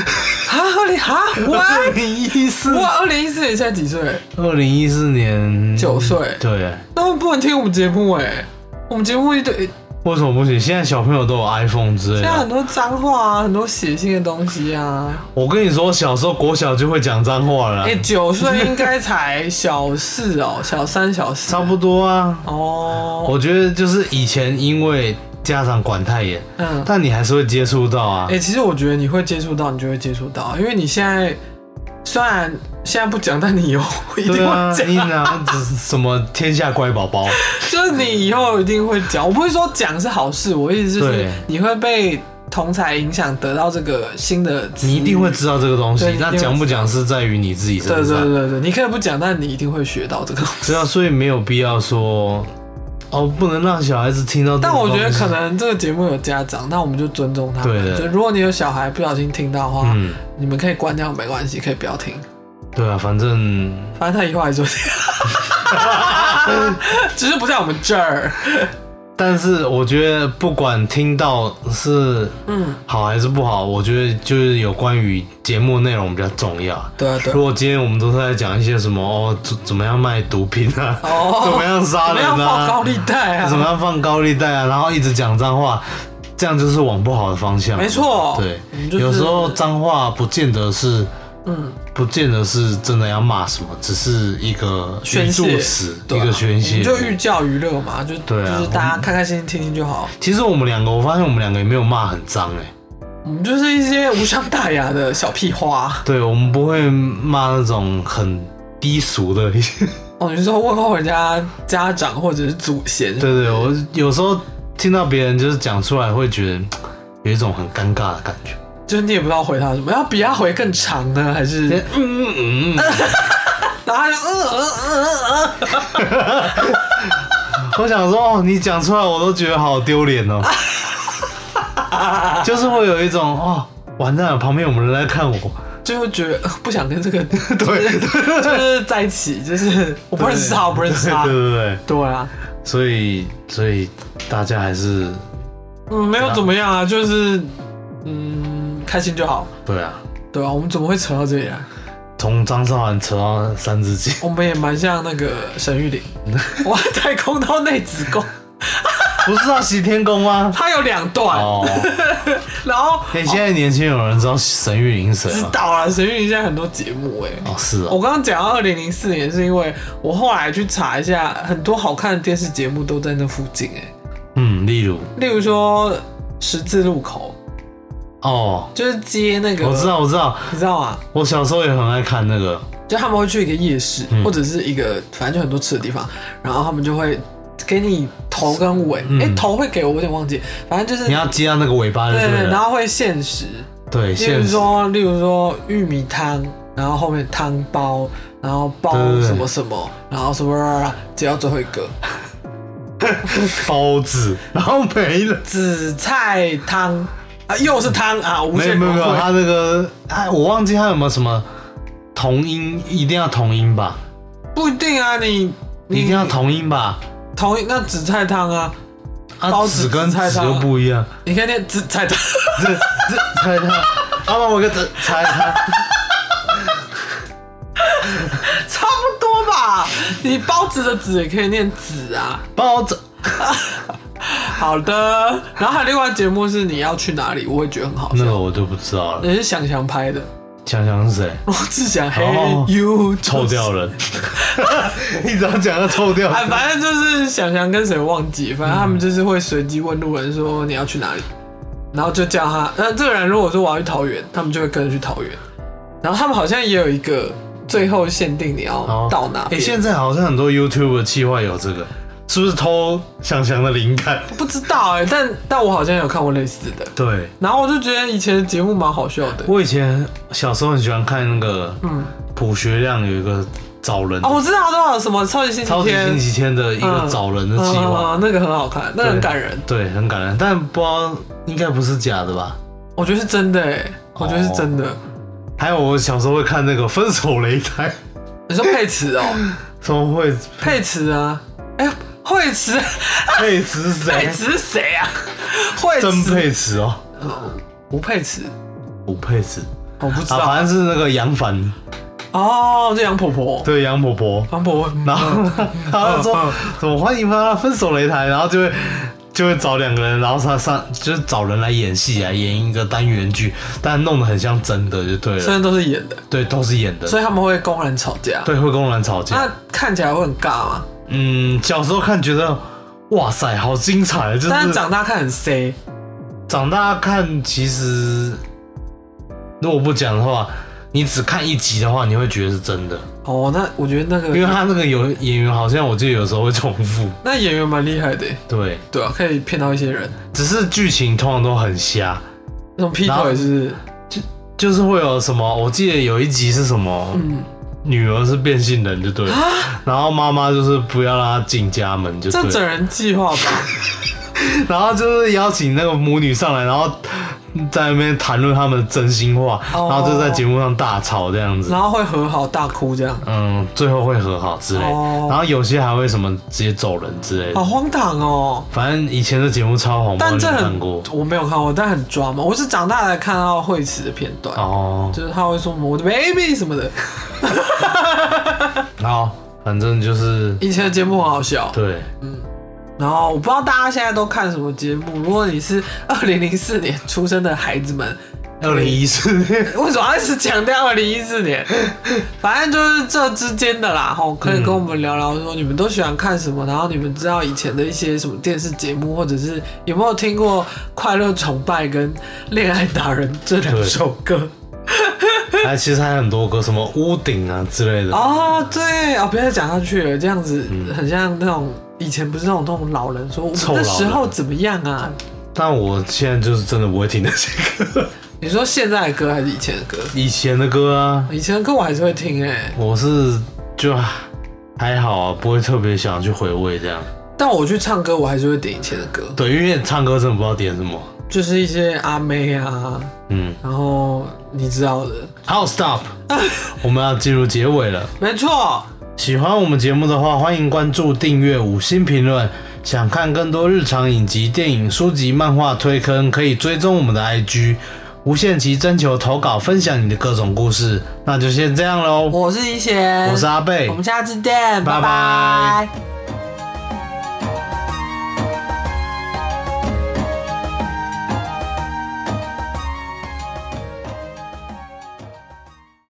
[SPEAKER 1] 二零啊，
[SPEAKER 2] 二
[SPEAKER 1] 哇！
[SPEAKER 2] 零一四，
[SPEAKER 1] 哇，二零一四年现在几岁？
[SPEAKER 2] 二零一四年
[SPEAKER 1] 九岁
[SPEAKER 2] 对，
[SPEAKER 1] 那他们不能听我们节目哎、我们节目一堆，
[SPEAKER 2] 为什么不行？现在小朋友都有 iPhone 之类
[SPEAKER 1] 现在很
[SPEAKER 2] 的。
[SPEAKER 1] 多脏话啊，很多血腥的东西啊。
[SPEAKER 2] 我跟你说，小时候国小就会讲脏话了
[SPEAKER 1] 哎、，九岁应该才小四哦，小三、小四
[SPEAKER 2] 差不多啊。
[SPEAKER 1] 哦。
[SPEAKER 2] 我觉得就是以前因为家长管太严，
[SPEAKER 1] 嗯，
[SPEAKER 2] 但你还是会接触到啊
[SPEAKER 1] 哎、。其实我觉得你会接触到，你就会接触到，因为你现在虽然现在不讲，但你有一定
[SPEAKER 2] 对
[SPEAKER 1] 会
[SPEAKER 2] 啊，
[SPEAKER 1] 讲，
[SPEAKER 2] 你哪什么天下乖宝宝？
[SPEAKER 1] 就是你以后一定会讲。我不是说讲是好事，我意思就是
[SPEAKER 2] 对
[SPEAKER 1] 你会被同才影响，得到这个新的词语，
[SPEAKER 2] 你一定会知道这个东西
[SPEAKER 1] 对。你一定
[SPEAKER 2] 那
[SPEAKER 1] 会
[SPEAKER 2] 讲不讲是在于你自己身
[SPEAKER 1] 对。对对
[SPEAKER 2] 上。
[SPEAKER 1] 对对，你可以不讲，但你一定会学到这个东西。
[SPEAKER 2] 对啊，所以没有必要说哦，不能让小孩子听到这个
[SPEAKER 1] 但
[SPEAKER 2] 东
[SPEAKER 1] 我
[SPEAKER 2] 西。
[SPEAKER 1] 觉得可能这个节目有家长，那我们就尊重他们。
[SPEAKER 2] 对的
[SPEAKER 1] 就如果你有小孩不小心听到的话，
[SPEAKER 2] 嗯，
[SPEAKER 1] 你们可以关掉，没关系，可以不要听。
[SPEAKER 2] 对啊，反正
[SPEAKER 1] 反正他以后还是会听， 只是不在我们这儿。
[SPEAKER 2] 但是我觉得不管听到是
[SPEAKER 1] 嗯，
[SPEAKER 2] 好还是不好，我觉得就是有关于节目内容比较重要。
[SPEAKER 1] 对啊对啊
[SPEAKER 2] 如。果今天我们都是在讲一些什么哦，怎怎么样卖毒品啊，
[SPEAKER 1] 哦
[SPEAKER 2] 怎么样杀
[SPEAKER 1] 怎么
[SPEAKER 2] 人
[SPEAKER 1] 样放高
[SPEAKER 2] 啊，
[SPEAKER 1] 利贷啊？
[SPEAKER 2] 怎么样放高利贷啊，然后一直讲脏话，这样就是往不好的方向。
[SPEAKER 1] 没错
[SPEAKER 2] 对
[SPEAKER 1] 我们，就是
[SPEAKER 2] 有时候脏话不见得是，
[SPEAKER 1] 嗯，
[SPEAKER 2] 不见得是真的要骂什么，只是一个
[SPEAKER 1] 宣
[SPEAKER 2] 语助
[SPEAKER 1] 泄
[SPEAKER 2] 词，
[SPEAKER 1] 对
[SPEAKER 2] 一
[SPEAKER 1] 啊
[SPEAKER 2] 个宣泄。
[SPEAKER 1] 我们就寓教于乐嘛，就
[SPEAKER 2] 对啊
[SPEAKER 1] 就是大家开开心心听听就好。
[SPEAKER 2] 其实我们两个，我发现我们两个也没有骂很脏哎、
[SPEAKER 1] 我们就是一些无伤大雅的小屁话。
[SPEAKER 2] 对我们不会骂那种很低俗的一 些。
[SPEAKER 1] 哦，你是说问候人家家长或者是祖先？
[SPEAKER 2] 对对，我有时候听到别人就是讲出来，会觉得有一种很尴尬的感觉。
[SPEAKER 1] 就是你也不知道回他什么，要比他回更长呢，还是
[SPEAKER 2] 嗯嗯嗯，
[SPEAKER 1] 然后他就嗯嗯嗯嗯嗯，
[SPEAKER 2] 我想说哦，你讲出来我都觉得好丢脸 哦，就是会有一种哦，完蛋了，旁边有人在看我，
[SPEAKER 1] 就会觉得、呃不想跟这个
[SPEAKER 2] 对对
[SPEAKER 1] 就是在一起，就是我不认识他，我不认识他
[SPEAKER 2] 对。对对，
[SPEAKER 1] 对啊，
[SPEAKER 2] 所以所以大家还是
[SPEAKER 1] 嗯，没有怎么样啊，就是嗯，开心就好。
[SPEAKER 2] 对啊，
[SPEAKER 1] 对啊，我们怎么会扯到这里来？
[SPEAKER 2] 从张韶涵扯到三只鸡，
[SPEAKER 1] 我们也蛮像那个沈 玉琳，哇，太空到内子宫，
[SPEAKER 2] 不是到洗天宫 吗？
[SPEAKER 1] 它有两段，
[SPEAKER 2] 哦，
[SPEAKER 1] 然后
[SPEAKER 2] 哎、现在年轻人有人知道沈玉琳是谁
[SPEAKER 1] 知
[SPEAKER 2] 吗？
[SPEAKER 1] 道了，沈玉琳现在很多节目哎、
[SPEAKER 2] 哦，是
[SPEAKER 1] 我
[SPEAKER 2] 哦，
[SPEAKER 1] 刚刚讲到二零零四年，是因为我后来去查一下，很多好看的电视节目都在那附近哎、
[SPEAKER 2] 嗯，例如
[SPEAKER 1] 例如说十字路口，
[SPEAKER 2] 哦，
[SPEAKER 1] 就是接那个，
[SPEAKER 2] 我知，道我知道，
[SPEAKER 1] 你知道吗？
[SPEAKER 2] 我小时候也很爱看那个，
[SPEAKER 1] 就他们会去一个夜市，
[SPEAKER 2] 嗯
[SPEAKER 1] 或者是一个反正就很多吃的地方，然后他们就会给你头跟尾，哎、
[SPEAKER 2] 嗯
[SPEAKER 1] 头会给我，我有点忘记，反正就是
[SPEAKER 2] 你要接到那个尾巴就
[SPEAKER 1] 对对，
[SPEAKER 2] 了，
[SPEAKER 1] 然后会限时，
[SPEAKER 2] 对，
[SPEAKER 1] 例如
[SPEAKER 2] 现实
[SPEAKER 1] 说，例如说玉米汤，然后后面汤包，然后包
[SPEAKER 2] 对对对
[SPEAKER 1] 什么什么，然后什么，只要最后一个
[SPEAKER 2] 包子，然后没了。
[SPEAKER 1] 紫菜汤啊，又是汤啊，无
[SPEAKER 2] 没有
[SPEAKER 1] 限
[SPEAKER 2] 没有没有，
[SPEAKER 1] 轮回
[SPEAKER 2] 他那个哎，我忘记他有没有什么同音，一定要同音吧，
[SPEAKER 1] 不一定啊，你
[SPEAKER 2] 一
[SPEAKER 1] 你
[SPEAKER 2] 定要同音吧。
[SPEAKER 1] 同意那紫菜汤啊，
[SPEAKER 2] 啊，
[SPEAKER 1] 包子
[SPEAKER 2] 子跟
[SPEAKER 1] 紫菜
[SPEAKER 2] 子
[SPEAKER 1] 汤啊
[SPEAKER 2] 又不一样，
[SPEAKER 1] 你看那紫菜汤，
[SPEAKER 2] 这这猜他，阿妈我个紫猜他，
[SPEAKER 1] 差不多吧？你包子的子也可以念子啊。
[SPEAKER 2] 包子
[SPEAKER 1] 好的，然后还有另外节目是你要去哪里，我也觉得很好
[SPEAKER 2] 那
[SPEAKER 1] 笑，
[SPEAKER 2] 个我就不知道了。
[SPEAKER 1] 也是想想拍的。
[SPEAKER 2] 想想是谁？
[SPEAKER 1] 罗志祥黑
[SPEAKER 2] 哦
[SPEAKER 1] you
[SPEAKER 2] 臭掉人， 你只要讲到臭掉人
[SPEAKER 1] 哎，反正就是想想跟谁忘记，
[SPEAKER 2] 嗯
[SPEAKER 1] 反正他们就是会随机问路人说你要去哪里，然后就叫他。那这个人如果说我要去桃园，他们就会跟着去桃园。然后他们好像也有一个最后限定你要
[SPEAKER 2] 哦
[SPEAKER 1] 到哪
[SPEAKER 2] 哎、
[SPEAKER 1] 边，
[SPEAKER 2] 现在好像很多 YouTube 的计划有这个，是不是偷想想的灵 感？
[SPEAKER 1] 不知道哎、但但我好像有看过类似的。
[SPEAKER 2] 对，
[SPEAKER 1] 然后我就觉得以前的节目蛮好笑的。
[SPEAKER 2] 我以前小时候很喜欢看那个，嗯，朴学亮有一个找人的
[SPEAKER 1] 哦，我知道多少什么超级星期
[SPEAKER 2] 超级星
[SPEAKER 1] 天，嗯
[SPEAKER 2] 期天的一个找人的计划，
[SPEAKER 1] 嗯那嗯个很好看，那个很感人，
[SPEAKER 2] 对，很感人，但不知道应该不是假的吧？
[SPEAKER 1] 我觉得是真的哎、我觉得是真的。
[SPEAKER 2] 哦还有我小时候会看那个《分手擂台》，
[SPEAKER 1] 你说佩慈哦，
[SPEAKER 2] 怎么会
[SPEAKER 1] 佩慈啊，哎、惠慈。
[SPEAKER 2] 配词
[SPEAKER 1] 佩
[SPEAKER 2] 谁？
[SPEAKER 1] 慈是谁啊？惠
[SPEAKER 2] 真
[SPEAKER 1] 慈
[SPEAKER 2] 配词哦，
[SPEAKER 1] 吴佩慈，
[SPEAKER 2] 不配词
[SPEAKER 1] 我不知
[SPEAKER 2] 啊，
[SPEAKER 1] 道。
[SPEAKER 2] 反正是那个杨凡，
[SPEAKER 1] 哦，这杨婆婆，
[SPEAKER 2] 对杨婆婆，
[SPEAKER 1] 杨婆嗯婆，
[SPEAKER 2] 然后他就
[SPEAKER 1] 嗯
[SPEAKER 2] 说怎么欢迎吧，分手擂台，然后就会就会找两个人，然后他上就是找人来演戏啊，演一个单元剧，但弄得很像真的就对
[SPEAKER 1] 虽
[SPEAKER 2] 了，
[SPEAKER 1] 然都是演的，
[SPEAKER 2] 对，都是演的，
[SPEAKER 1] 所以啊他们会公然吵架。
[SPEAKER 2] 对，会公然吵架。
[SPEAKER 1] 那看起来会很尬嘛，
[SPEAKER 2] 嗯，小时候看觉得，哇塞，好精彩！啊就是
[SPEAKER 1] 但是长大看很 C，
[SPEAKER 2] 长大看，其实如果不讲的话，你只看一集的话，你会觉得是真的，
[SPEAKER 1] 哦，那我觉得那
[SPEAKER 2] 因为
[SPEAKER 1] 个
[SPEAKER 2] 他那个有演员好像我记得有时候会重复，
[SPEAKER 1] 那演员蛮厉害的耶，
[SPEAKER 2] 对，
[SPEAKER 1] 对啊，可以骗到一些人。
[SPEAKER 2] 只是剧情通常都很瞎，
[SPEAKER 1] 那种劈
[SPEAKER 2] 然后
[SPEAKER 1] 腿是，
[SPEAKER 2] 就是会有什么，我记得有一集是什么，
[SPEAKER 1] 嗯，
[SPEAKER 2] 女儿是变性人就对
[SPEAKER 1] 啊
[SPEAKER 2] 了，然后妈妈就是不要让她进家门就对
[SPEAKER 1] 这
[SPEAKER 2] 了
[SPEAKER 1] 整人计划吧，
[SPEAKER 2] 然后就是邀请那个母女上来，然后在那边谈论他们的真心话，
[SPEAKER 1] 哦
[SPEAKER 2] 然后就在节目上大吵这样子
[SPEAKER 1] 然。后会和好大哭这样，
[SPEAKER 2] 嗯，最后会和好之类，
[SPEAKER 1] 哦
[SPEAKER 2] 然后有些还会什么直接走人之类的
[SPEAKER 1] 好。荒唐哦。
[SPEAKER 2] 反正以前的节目超红，
[SPEAKER 1] 但
[SPEAKER 2] 不知
[SPEAKER 1] 这
[SPEAKER 2] 道你有
[SPEAKER 1] 很
[SPEAKER 2] 看过
[SPEAKER 1] 我没有看过，但很抓嘛。我是长大才看到惠慈的片段，
[SPEAKER 2] 哦。
[SPEAKER 1] 就是他会说我的 baby 什么的。
[SPEAKER 2] 好，反正就是
[SPEAKER 1] 以前的节目很好笑，
[SPEAKER 2] 对，
[SPEAKER 1] 然后我不知道大家现在都看什么节目。如果你是二零零四年出生的孩子们，
[SPEAKER 2] 二零一四年
[SPEAKER 1] 为什么要一直强调二零一四年？ 反正就是这之间的啦，吼，可以跟我们聊聊说你们都喜欢看什么，然后你们知道以前的一些什么电视节目，或者是有没有听过《快乐崇拜》跟《恋爱达人》这两首歌？
[SPEAKER 2] 还哎其实还很多歌，什么屋顶啊之类的。
[SPEAKER 1] 哦，对哦，不要再讲下去了，这样子很像那种以前不是那种那种老人说我
[SPEAKER 2] 嗯
[SPEAKER 1] 们
[SPEAKER 2] 臭
[SPEAKER 1] 那
[SPEAKER 2] 老
[SPEAKER 1] 时候
[SPEAKER 2] 人
[SPEAKER 1] 怎么样啊？
[SPEAKER 2] 但我现在就是真的不会听那些歌，
[SPEAKER 1] 你说现在的歌还是以前的歌？
[SPEAKER 2] 以前的歌啊，
[SPEAKER 1] 以前的歌我还是会听哎、
[SPEAKER 2] 我是就还好啊，不会特别想去回味这样。
[SPEAKER 1] 但我去唱歌我还是会点以前的歌。
[SPEAKER 2] 对，因为唱歌真的不知道点什么，
[SPEAKER 1] 就是一些阿妹啊，
[SPEAKER 2] 嗯，
[SPEAKER 1] 然后你知道的，
[SPEAKER 2] 好，stop，我们要进入结尾了。
[SPEAKER 1] 没错，
[SPEAKER 2] 喜欢我们节目的话，欢迎关注、订阅、五星评论。想看更多日常影集、电影、书籍、漫画推坑，可以追踪我们的 IG。无限期征求投稿，分享你的各种故事。那就先这样喽，
[SPEAKER 1] 我是一贤，
[SPEAKER 2] 我是阿贝
[SPEAKER 1] 我，们下次见，
[SPEAKER 2] 拜拜
[SPEAKER 1] 拜拜